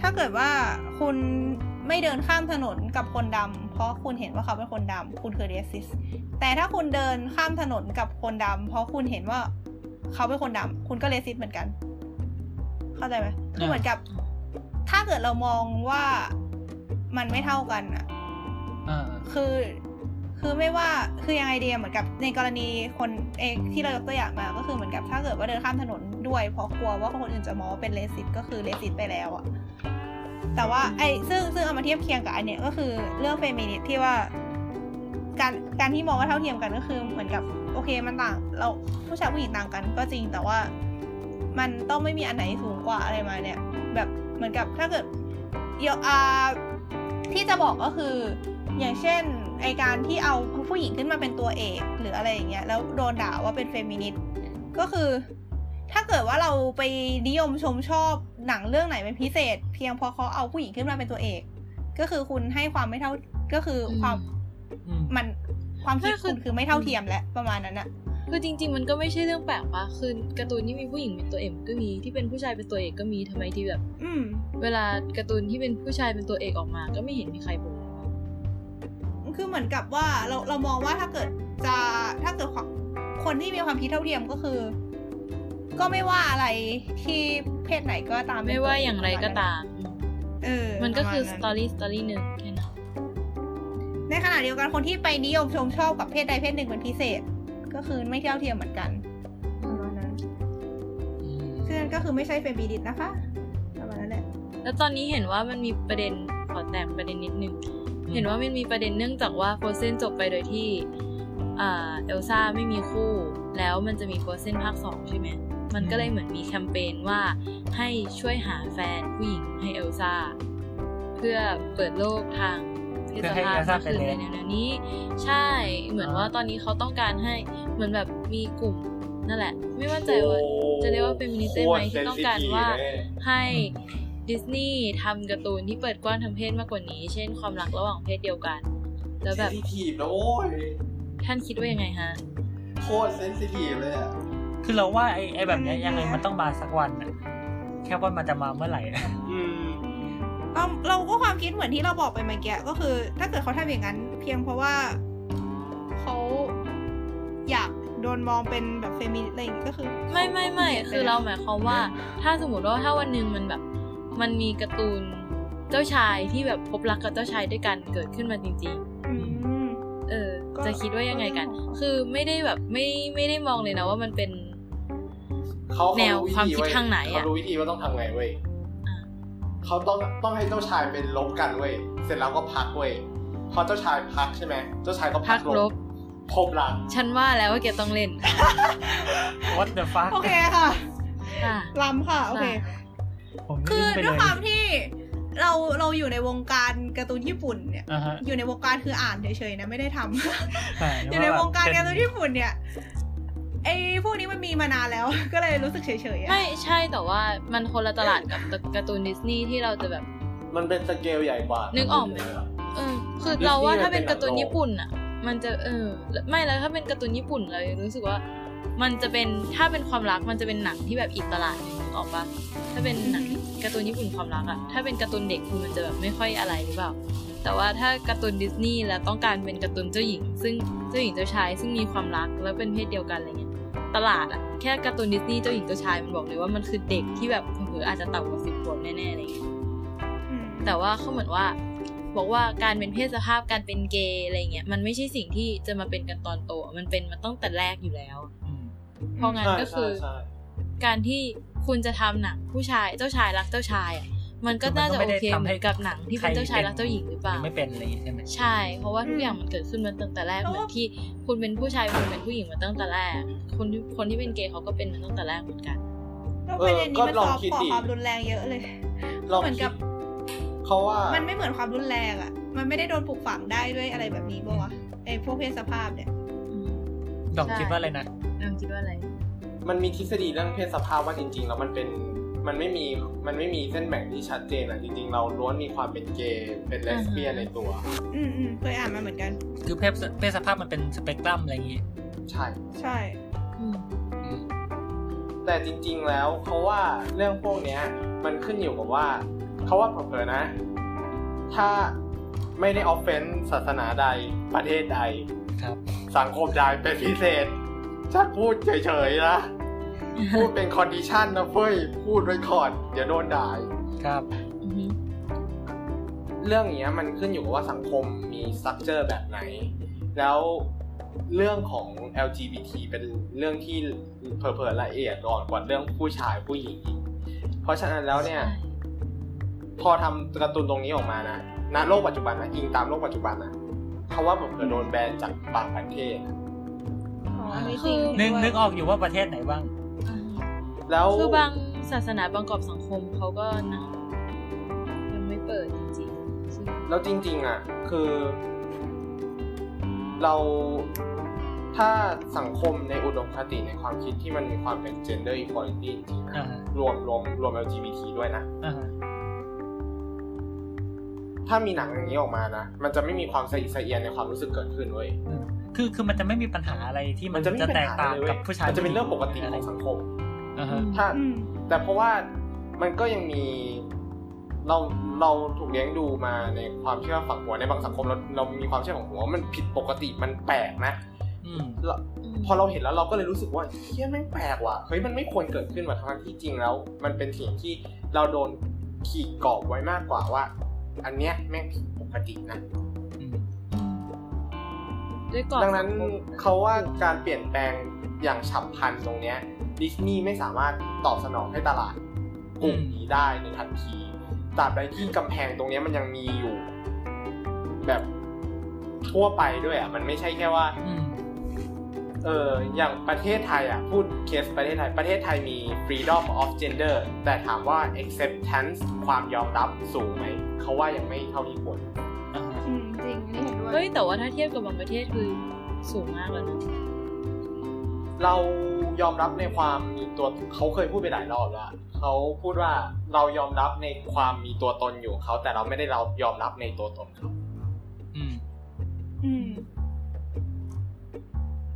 S6: ถ้าเกิดว่าคุณไม่เดินข้ามถนนกับคนดำเพราะคุณเห็นว่าเขาเป็นคนดำคุณคือเลสิสแต่ถ้าคุณเดินข้ามถนนกับคนดำเพราะคุณเห็นว่าเขาเป็นคนดำคุณก็เลสิสเหมือนกัน เข้าใจไหมคือเหมือนกับ ถ้าเกิดเรามองว่ามันไม่เท่ากันอะ
S4: อ่า
S6: คือ คือไม่ว่าคือยังไงเดียเหมือนกับในกรณีคนเองที่เรายกตัวอย่างมาก็คือเหมือนกับถ้าเกิดว่าเดินข้ามถนนด้วยเพราะกลัวว่าคนอื่นจะมองว่าเป็นเลสิตก็คือเลสิตไปแล้วอะแต่ว่าไอ้ซึ่งซึ่งเอามาเทียบเคียงกับอันเนี้ยก็คือเรื่องเฟมินิสต์ที่ว่า การการที่มองว่าเท่าเทียมกันก็คือเหมือนกับโอเคมันต่าง เราผู้ชายผู้หญิงต่างกันก็จริงแต่ว่า มันต้องไม่มีอันไหนสูงกว่าอะไรมาเนี่ย แบบเหมือนกับถ้าเกิดเดี๋ยวอ่าที่จะบอกก็คือ อย่างเช่นไอการที่เอาผู้หญิงขึ้นมาเป็นตัวเอกหรืออะไรอย่างเงี้ยแล้วโดนด่าว่าเป็นเฟมินิสต์ก็คือ ถ้าเกิดว่าเราไปนิยมชมชอบหนังเรื่องไหนเป็นพิเศษ เพียงเพราะเขาเอาผู้หญิงขึ้นมาเป็นตัวเอก ก็คือคุณให้ความไม่เท่าก็คือความ
S4: อืม
S6: มันความคิด
S5: ใช่คื
S6: คุ
S5: อ
S6: ณคือไม่เท่าเทียมแล้วประมาณนั้นอะ
S5: คือจริง ๆ มันก็ไม่ใช่เรื่องแปลกปะคือการ์ตูนที่มีผู้หญิงเป็นตัวเอกก็มีที่เป็นผู้ชายเป็นตัวเอกก็มีทำไมที่แบบ
S6: อืม
S5: เวลาการ์ตูนที่เป็นผู้ชายเป็นตัวเอกออกมา ก็ไม่เห็นมีใครบ่นเลยว่ะ
S6: คือเหมือนกับว่าเราเรามองว่าถ้าเกิดจะถ้าเกิดความคนที่มีความคิดเท่าเทียมก็คือ ก็ไม่ว่าอะไรที่เพศไหนก็ตาม
S5: ไม่ว่าอย่างไรก็ตาม
S6: เออ
S5: มันก็คือ
S6: ป
S5: ส
S6: ระาณ
S5: ตอรี่สตอรี่หนึ่งแค่นั้น
S6: ในขณะเดียวกันคนที่ไปนิยมชมชอบกับเพศใดเพศหนึ่งเป็นพิเศษ ก็คือไม่เท่าเทียมเหมือนกันประมาณนั้นซึ่งนั่นก็คือไม่ใช่เฟมินิสต์นะคะประมาณนั้นแหละ
S5: แล้วตอนนี้เห็นว่ามันมีประเด็นขอแตะประเด็นนิดนึง เห็นว่ามันมีประเด็นเนื่องจากว่าโฟเซนจบไปโดยที่อ่าเอลซ่าไม่มีคู่ แล้วมันจะมีโฟเซนภาคสองใช่ไหมมันก็เลยเหมือนมีแคมเปญว่าให้ช่วยหาแฟนผู้หญิงให้เอลซ่าเพื่อเปิดโลกทางเพศ
S4: เพื่อ
S5: ส
S4: ให้
S5: ภาพ
S4: เอลซ่า
S5: ก็คือ
S4: ไป
S5: ใน
S4: เลย
S5: แนวๆนี้ ใช่เหมือนว่าตอนนี้เขาต้องการให้เหมือนแบบมีกลุ่มนั่นแหละ ไม่ว่าใจว่า จะเรียกว่าเป็นมินิเต้ไหมที่ต้องการว่า ให้ดิสนีย์ทำการ์ตูนที่เปิดกว้างทางเพศมากกว่านี้ เช่นความรักระหว่างเพศเดียวกัน แล้ว
S3: แบ
S5: แบบ บ
S3: ที่ทีบนะโอ้ย
S5: ท่านคิดว่ายังไงฮะ
S3: โคตรเซนซิทีฟเลยอะ
S4: คือเราว่าไอ้ไอ้แบบเนี้ยยังไงมันต้องมาสักวันน่ะแค่ว่ามันจะมาเมื่อไหร่อะ
S3: อืม
S6: เราเราก็ความคิดเหมือนที่เราบอกไปเมื่อกี้ก็คือ ถ้าเกิดเขาทำอย่างนั้น เพียงเพราะว่าเขาอยากโดนมองเป็นแบบเฟมินิสต์อะไรอย่างงี้ก็คือ
S5: ไม่ไม่ไม่คือเราหมายความว่า ถ้าสมมติว่าถ้าวันหนึ่งมันแบบมันมีการ์ตูนเจ้าชายที่แบบพบรักกับเจ้าชายด้วยกันเกิดขึ้นมาจริง
S6: อืม
S5: ๆ เออ
S6: ก็
S5: จะคิดว่ายังไงกัน คือไม่ได้แบบไม่ไม่ได้มองเลยนะว่ามันเป็น
S3: เขาเข
S5: แนว
S3: รู้
S5: ความคิด
S3: เย
S5: ทางไหนอะ
S3: เขารู้วิธีว่าต้องทำไงเว้ย
S5: อ่า
S3: เขาต้องต้องให้เจ้าชายเป็นลบกันเว้ยเสร็จแล้วก็พักเว้ยพอเจ้าชายพักใช่ไหมเจ้าชายก็
S5: พั
S3: พั
S5: ก
S3: ก
S5: ล
S3: ล
S5: บ
S3: บครบหลัง
S5: ฉันว่าแล้วว่าแกต้องเล่น
S4: วัดเดอะฟัค
S6: โอเคค่ะ
S5: ค่ะ
S6: ล้ำค่ะ โอเค
S4: ผม
S6: คือ
S4: นี่ไป
S6: ด้
S4: เล
S6: วย
S4: ย
S6: ความที่เราเราอยู่ในวงการการ์ตูนญี่ปุ่นเนี่ย
S4: อ่าฮะ
S6: อยู่ในวงการคืออ่านเฉยๆนะไม่ได้ทำ
S4: แต่
S6: อยู่ในวงการการ์ตูน
S4: ที่
S6: ญี่ปุ่นเนี่ยไอ้พวกนี้มันมีมานานแล้ว ก็เลยรู้สึกเฉยๆอะ
S5: ไม่ใช่แต่ว่ามันคนละตลาดกับการ์ตูนดิสนีย์ที่เราจะแบบ
S3: มันเป็นสเกลใหญ่กว่า
S5: นึ
S3: นึ
S5: กออกไหม เออคือเราว่าถ้าเป็นการ์ตูนญี่ปุ่นอ่ะ มันจะเออไม่แล้วถ้าเป็นการ์ตูนญี่ปุ่นเรารู้สึกว่า มันจะเป็นถ้าเป็นความรักมันจะเป็นหนังที่แบบอีกตลาดหนึงนึกออกปะถ้าเป็นหนังการ์ตูนญี่ปุ่นความรักอะถ้าเป็นการ์ตูนเด็กคือมันจะแบบไม่ค่อยอะไรหรือเปล่า แต่ว่าถ้าการ์ตูนดิสนีย์แล้วต้องการเป็นการ์ตูนเจ้าหญิง ซึ่งเจ้าหญิงเจ้าชาย ซึ่งมีความรักแล้วเป็นเพศเดียวกันอะไรเงี้ยตลาดอะแค่การ์ตูนดิสนีย์เจ้าหญิงเจ้าชายมันบอกเลยว่ามันคือเด็กที่แบบเผลอๆอาจจะต่ำกว่าสิบขวบแน่ๆอะไรเงี้ย
S6: อืม
S5: แต่ว่าเขาเหมือนว่า บอกว่าการเป็นเพศสภาพการเป็นเกย์อะไรเงี้ยมันไม่ใช่สิ่งที่จะมาเป็นกันตอนโตอะมันเป็นมาตั้งแต่แรกอยู่แล้ว เพราะงั้น
S3: ใช่
S5: ก็คือ
S3: ใช่ใช่
S5: การที่คุณจะทำหนังผู้ชายเจ้าชายรักเจ้าชายอ่ะมันก็น่าจะโอเคเหมือนกับหนังที่เป็นเจ้าชายรักเจ้าหญิงหรือเปล่า
S4: ไม่เป็นอะไรอย่างงี้ใช่ไหม
S5: ใช่ เพราะว่าทุกอย่างมันเกิดขึ้นมาตั้งแต่แรก
S6: แล้ว
S5: เหมือนที่คุณเป็นผู้ชายคุณเป็นผู้หญิงมาตั้งแต่แรก คนที่คนที่เป็นเกย์เขาก็เป็นมาตั้งแต่แรกเหมือนกัน
S6: าประเด็นนี้มัน
S3: เออก็ล
S6: ก่
S3: อ
S6: อง ก่อ
S3: คิดดิ
S6: ความรุนแรงเยอะเลย
S3: ลอง
S6: เหมือนกับ
S3: เขาว่า
S6: มั
S3: มัน
S6: ไม่เหมือนความรุนแรงอะ่ะ มันไม่ได้โดนปลูกฝังได้ด้วยอะไรแบบนี้ปะวะไอ้พวกเพศสภาพเนี่ย
S4: ดอง
S5: ใช่
S4: คิดว่าอะไรนะ
S5: น้องคิดว่าอะไร
S3: มันมีทฤษฎีเรื่องเพศสภาพว่าจริง ๆ แล้วมันเป็นมันไม่มีมันไม่มีเส้นแบ่งที่ชัดเจนอะจริง ๆ เราล้วนมีความเป็นเกย์เป็นเลสเบี้ยนในตัว
S6: อืมอืมเคยอ่านมาเหมือนกัน
S4: คือเพศเพศสภาพมันเป็นสเปกตรัมอะไรอย่างงี้
S3: ใช่
S6: ใช่
S5: อืม
S3: แต่จริง ๆ แล้วเขาว่าเรื่องพวกเนี้ย มันขึ้นอยู่กับว่าเขาว่าผมเผลอๆนะ ถ้าไม่ได้ออฟเฟนศาสนาใดประเทศใด
S4: ครับ
S3: สังคมใดเป็นพิเศษฉันพูดเฉย ๆ นะ พูดเป็นคอนดิชันนะเฟ้ย พูดไว้ก่อนเดี๋ยวโดนด่าอีก
S4: ครับ
S5: อือหือ
S3: เรื่องเนี้ยมันขึ้นอยู่กับว่าสังคมมีสตั๊กเจอร์แบบไหน แล้วเรื่องของ LGBT เป็นเรื่องที่เผลอๆละเอียดอ่อนกว่าเรื่องผู้ชายผู้หญิงอีกเพราะฉะนั้นแล้วเนี่ย พอทำการ์ตูนตรงนี้ออกมานะณโลกปัจจุบันนะอิงตามโลกปัจจุบันนะเพราะว่าผมเคยโดนแบนจากบางประเทศ
S6: อ๋อไม่จริง
S4: นึกนึกออกอยู่ว่าประเทศไหนบ้าง
S3: แล้ว
S5: คือบางศาสนาบางกรอบสังคมเขาก็นะยังไม่เปิดจริงๆใช่ไหม
S3: แล้วจริง ๆ อ่ะ คือ เราถ้าสังคมในอุดมคติในความคิดที่มันมีความเป็น gender equality จริงๆ
S4: อ่า
S3: นะ
S4: ฮะ
S3: รวมรวมรวม LGBT ด้วยนะ
S4: อ่าฮะ
S3: ถ้ามีหนังอย่างนี้ออกมานะ มันจะไม่มีความสะอิดสะเอียนในความรู้สึกเกิดขึ้นเว้ย
S4: อืมคือคือมันจะไม่มีปัญหาอะไรที่
S3: มั
S4: มัน น
S3: จะไม่
S4: จะ
S3: มีปั
S4: แต
S3: ญ
S4: ก
S3: หา
S4: ต่าง
S3: เลยเว้
S4: กับ
S3: ย
S4: ผู้ชาย
S3: มันจะเป็นเรื่องปกติของสังคม
S4: อ่าฮะ
S3: ถ้า
S6: อืม
S3: แต่เพราะว่ามันก็ยังมีเราเราถูกเลี้ยงดูมาในความเชื่อฝังหัวในบางสังคมเราเรามีความเชื่อของหัวว่ามันผิดปกติมันแปลกนะ
S4: อืม
S3: เราพอเราเห็นแล้วเราก็เลยรู้สึกว่าเฮียแม่งแปลกว่ะเฮ้ยมันไม่ควรเกิดขึ้นว่ะทั้งที่จริงแล้ว มันเป็นสิ่งที่เราโดนขีดกรอบไว้มากกว่าว่า อันเนี้ยแม่งผิดปกตินะ
S4: อืม
S5: ด้วยกรอบ
S3: ดังนั้น
S5: สัคม
S3: เขาว่าการเปลี่ยนแปลงอย่างฉับพลันตรงเนี้ยดิสนีย์ไม่สามารถตอบสนองให้ตลาดกลุ่มนี้ได้ในทันทีตราบใดที่กำแพงตรงเนี้ยมันยังมีอยู่ แบบทั่วไปด้วยอ่ะ มันไม่ใช่แค่ว่า
S4: อืม
S3: เอออย่างประเทศไทยอ่ะ พูดเคสประเทศไทย ประเทศไทยมี freedom of gender แต่ถามว่า acceptance ความยอมรับสูงไหม เขาว่ายังไม่เท่าที่ควร
S4: อ่าฮะ
S6: อืมจริงนี่เห็นด้วย
S5: เฮ้ยแต่ว่าถ้าเทียบกับบางประเทศคือสูงมากแล้วนะ
S3: เรายอมรับในความมีตัวเขาเคยพูดไปหลายรอบแล้วอะเขาพูดว่าเรายอมรับในความมีตัวตนอยู่ของเขา แต่เราไม่ได้เรายอมรับในตัวตนเขา
S4: อืม
S6: อืม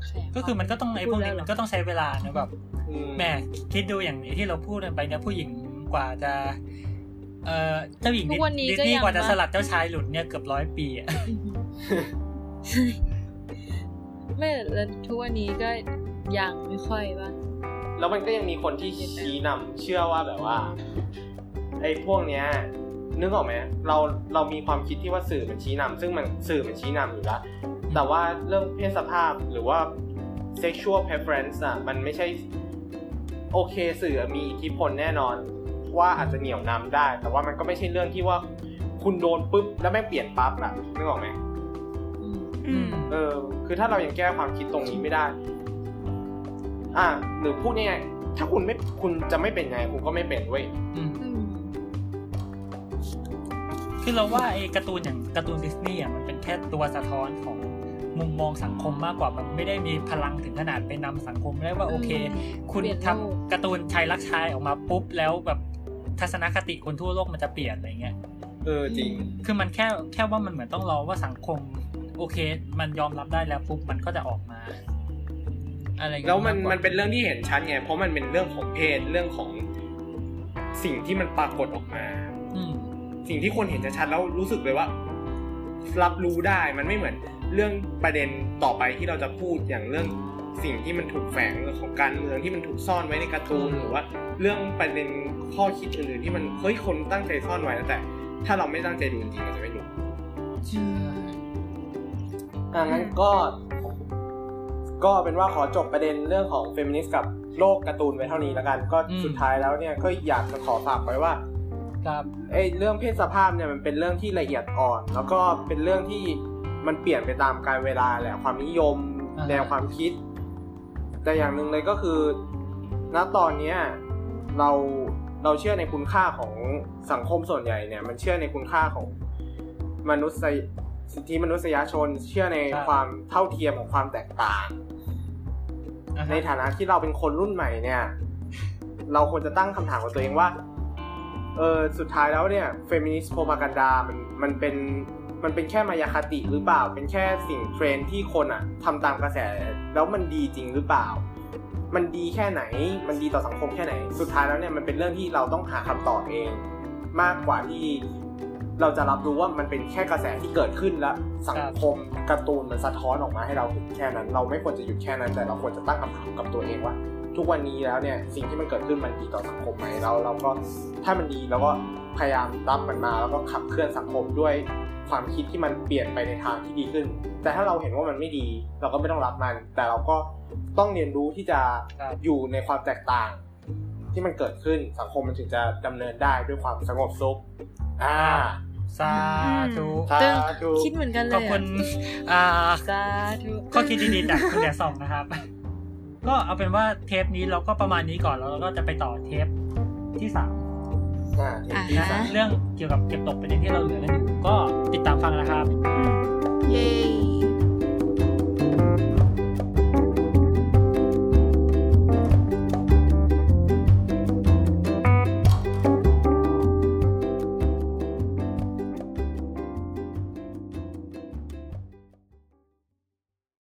S5: แข
S4: ก็คือมันก็ต้องไอ้พวกนี้มันก็ต้องใช้เวลานะแบบ
S3: อื
S4: แหม่คิดดูอย่างที่เราพูดกันไปเนี่ยผู้หญิงกว่าจะ เอ่อเจ้าหญิง
S5: ทุ
S4: ดิ
S5: กวันนี้
S4: ดิส
S5: ก็
S4: นี
S5: ยั
S4: ย์
S5: ง
S4: กว่าจะสลัดเจ้าชายหลุดเนี่ยเกือบร้อยปีอะ
S5: อืมไม่แล้วทุกวันนี้ก็ยังไม่ค่อยว่า
S3: แล้วมันก็ยังมีคนที่ชี้นำเชื่อว่าแบบว่าไอ้พวกเนี้ยนึกออกไหมเราเรามีความคิดที่ว่าสื่อมันชี้นำซึ่งมันสื่อมันชี้นำอยู่แล้ว แต่ว่าเรื่องเพศสภาพหรือว่า sexual preference อ่ะมันไม่ใช่โอเคสื่อมีอิทธิพลแน่นอนว่าอาจจะเหนี่ยวนำได้ แต่ว่ามันก็ไม่ใช่เรื่องที่ว่าคุณโดนปุ๊บแล้วไม่งเปลี่ยนปั๊บอ่ะนึกออกไหม
S6: อืม
S3: เออ คือถ้าเรายังแก้ความคิดตรงนี้ไม่ได้ อ่ะหรือพูดง่ายๆถ้าคุณไม่คุณจะไม่เป็นไงคุณก็ไม่เป็นเว้ย
S4: อืมคือเราว่าไอ้การ์ตูนอย่างการ์ตูนดิสนีย์อะมันเป็นแค่ตัวสะท้อนของมุมมองสังคมมากกว่ามันไม่ได้มีพลังถึงขนาดไปนำสังคมได้ว่าโอเค คุณ
S5: เปลี่ยน
S4: ทำ
S5: โลก
S4: การ์ตูนชายรักชายออกมาปุ๊บแล้วแบบทัศนคติคนทั่วโลกมันจะเปลี่ยนอะไรเงี้ย
S3: เออจริง
S4: คือมันแค่แค่ว่ามันเหมือนต้องรอว่าสังคม โอเค มันยอมรับได้แล้วปุ๊บมันก็จะออกมา อะไรอย่างเงี้ย
S3: แล้วมัน
S4: ากกว่า
S3: มันเป็นเรื่องที่เห็นชัดไงเพราะมันเป็นเรื่องของเพศเรื่องของสิ่งที่มันปรากฏออกมา
S4: อืม
S3: สิ่งที่คนเห็นชัดๆแล้วรู้สึกเลยว่า รับรู้ได้มันไม่เหมือน เรื่องประเด็นต่อไปที่เราจะพูดอย่างเรื่องสิ่งที่มันถูกแฝงเรื่องของการเมืองที่มันถูกซ่อนไว้ในการ์ตูนหรือว่า เรื่องประเด็นข้อคิดอื่นๆที่มันเฮ้ยคนตั้งใจซ่อนไว้นะแต่ ถ้าเราไม่ตั้งใจดูจริงๆเราจะไม่รู้อ่างั้นก็ ก็เป็นว่าขอจบประเด็นเรื่องของเฟมินิสต์กับโลกการ์ตูนไว้เท่านี้แล้วกัน ก็สุดท้ายแล้วเนี่ยก็อยากจะขอฝากไว้ว่า
S4: ครับ
S3: ไอ้เรื่องเพศสภาพเนี่ยมันเป็นเรื่องที่ละเอียดอ่อน แล้วก็เป็นเรื่องที่มันเปลี่ยนไปตามกาลเวลาแหละความนิยมแนวความคิด แต่อย่างหนึ่งเลยก็คือณตอนเนี้ยเราเราเชื่อในคุณค่าของสังคมส่วนใหญ่เนี่ย มันเชื่อในคุณค่าของมนุษยสิทธิมนุษยชน เชื่อในความเท่าเทียมของความแตกต่าง
S4: อ่า
S3: ใน
S4: ฮะ
S3: ฐานะที่เราเป็นคนรุ่นใหม่เนี่ย เราควรจะตั้งคำถามกับตัวเองว่า เออสุดท้ายแล้วเนี่ยเฟมินิสต์โพมากันดามันมันเป็นมันเป็นแค่มายาคติหรือเปล่า เป็นแค่สิ่งเทรนด์ที่คนอะทำตามกระแส แล้วมันดีจริงหรือเปล่า มันดีแค่ไหน มันดีต่อสังคมแค่ไหน สุดท้ายแล้วเนี่ยมันเป็นเรื่องที่เราต้องหาคำตอบเอง มากกว่าที่เราจะรับรู้ว่ามันเป็นแค่กระแสที่เกิดขึ้นแล้วสังคมการ์ตูนมันสะท้อนออกมาให้เราเห็นแค่นั้น เราไม่ควรจะหยุดแค่นั้น แต่เราควรจะตั้งคำถามกับตัวเองว่า ทุกวันนี้แล้วเนี่ยสิ่งที่มันเกิดขึ้นมันดีต่อสังคมไหมเราเราก็ถ้ามันดีเราก็พยายามรับมันมาแล้วก็ขับเคลื่อนสังคมด้วยความคิดที่มันเปลี่ยนไปในทางที่ดีขึ้น แต่ถ้าเราเห็นว่ามันไม่ดี เราก็ไม่ต้องรับมัน แต่เราก็ต้องเรียนรู้ที่จะ
S4: ครับ
S3: อยู่ในความแตกต่าง ที่มันเกิดขึ้นสังคมมันถึงจะดำเนินได้ด้วยความสงบสุขอ่า
S4: สาธุ
S3: สา
S5: เติ้ง
S3: ธุ
S5: คิดเหมือนกัน
S4: ข
S5: เล
S4: อบ
S5: ย
S4: คุณ
S5: อะ
S4: อ่า
S5: สาธุ
S4: ข้อคิดดีๆจากคุณแดดสองนะครับ ก็เอาเป็นว่าเทปนี้เราก็ประมาณนี้ก่อนแล้วเราก็จะไปต่อเทปที่สาม
S3: อ่า
S5: อ่ะ
S3: ที่
S5: นะ
S3: สาม
S4: เรื่องเกี่ยวกับเก็บตกประเด็นที่เราเหลือกันอยู่ก็ติดตามฟังนะครับ
S6: เย้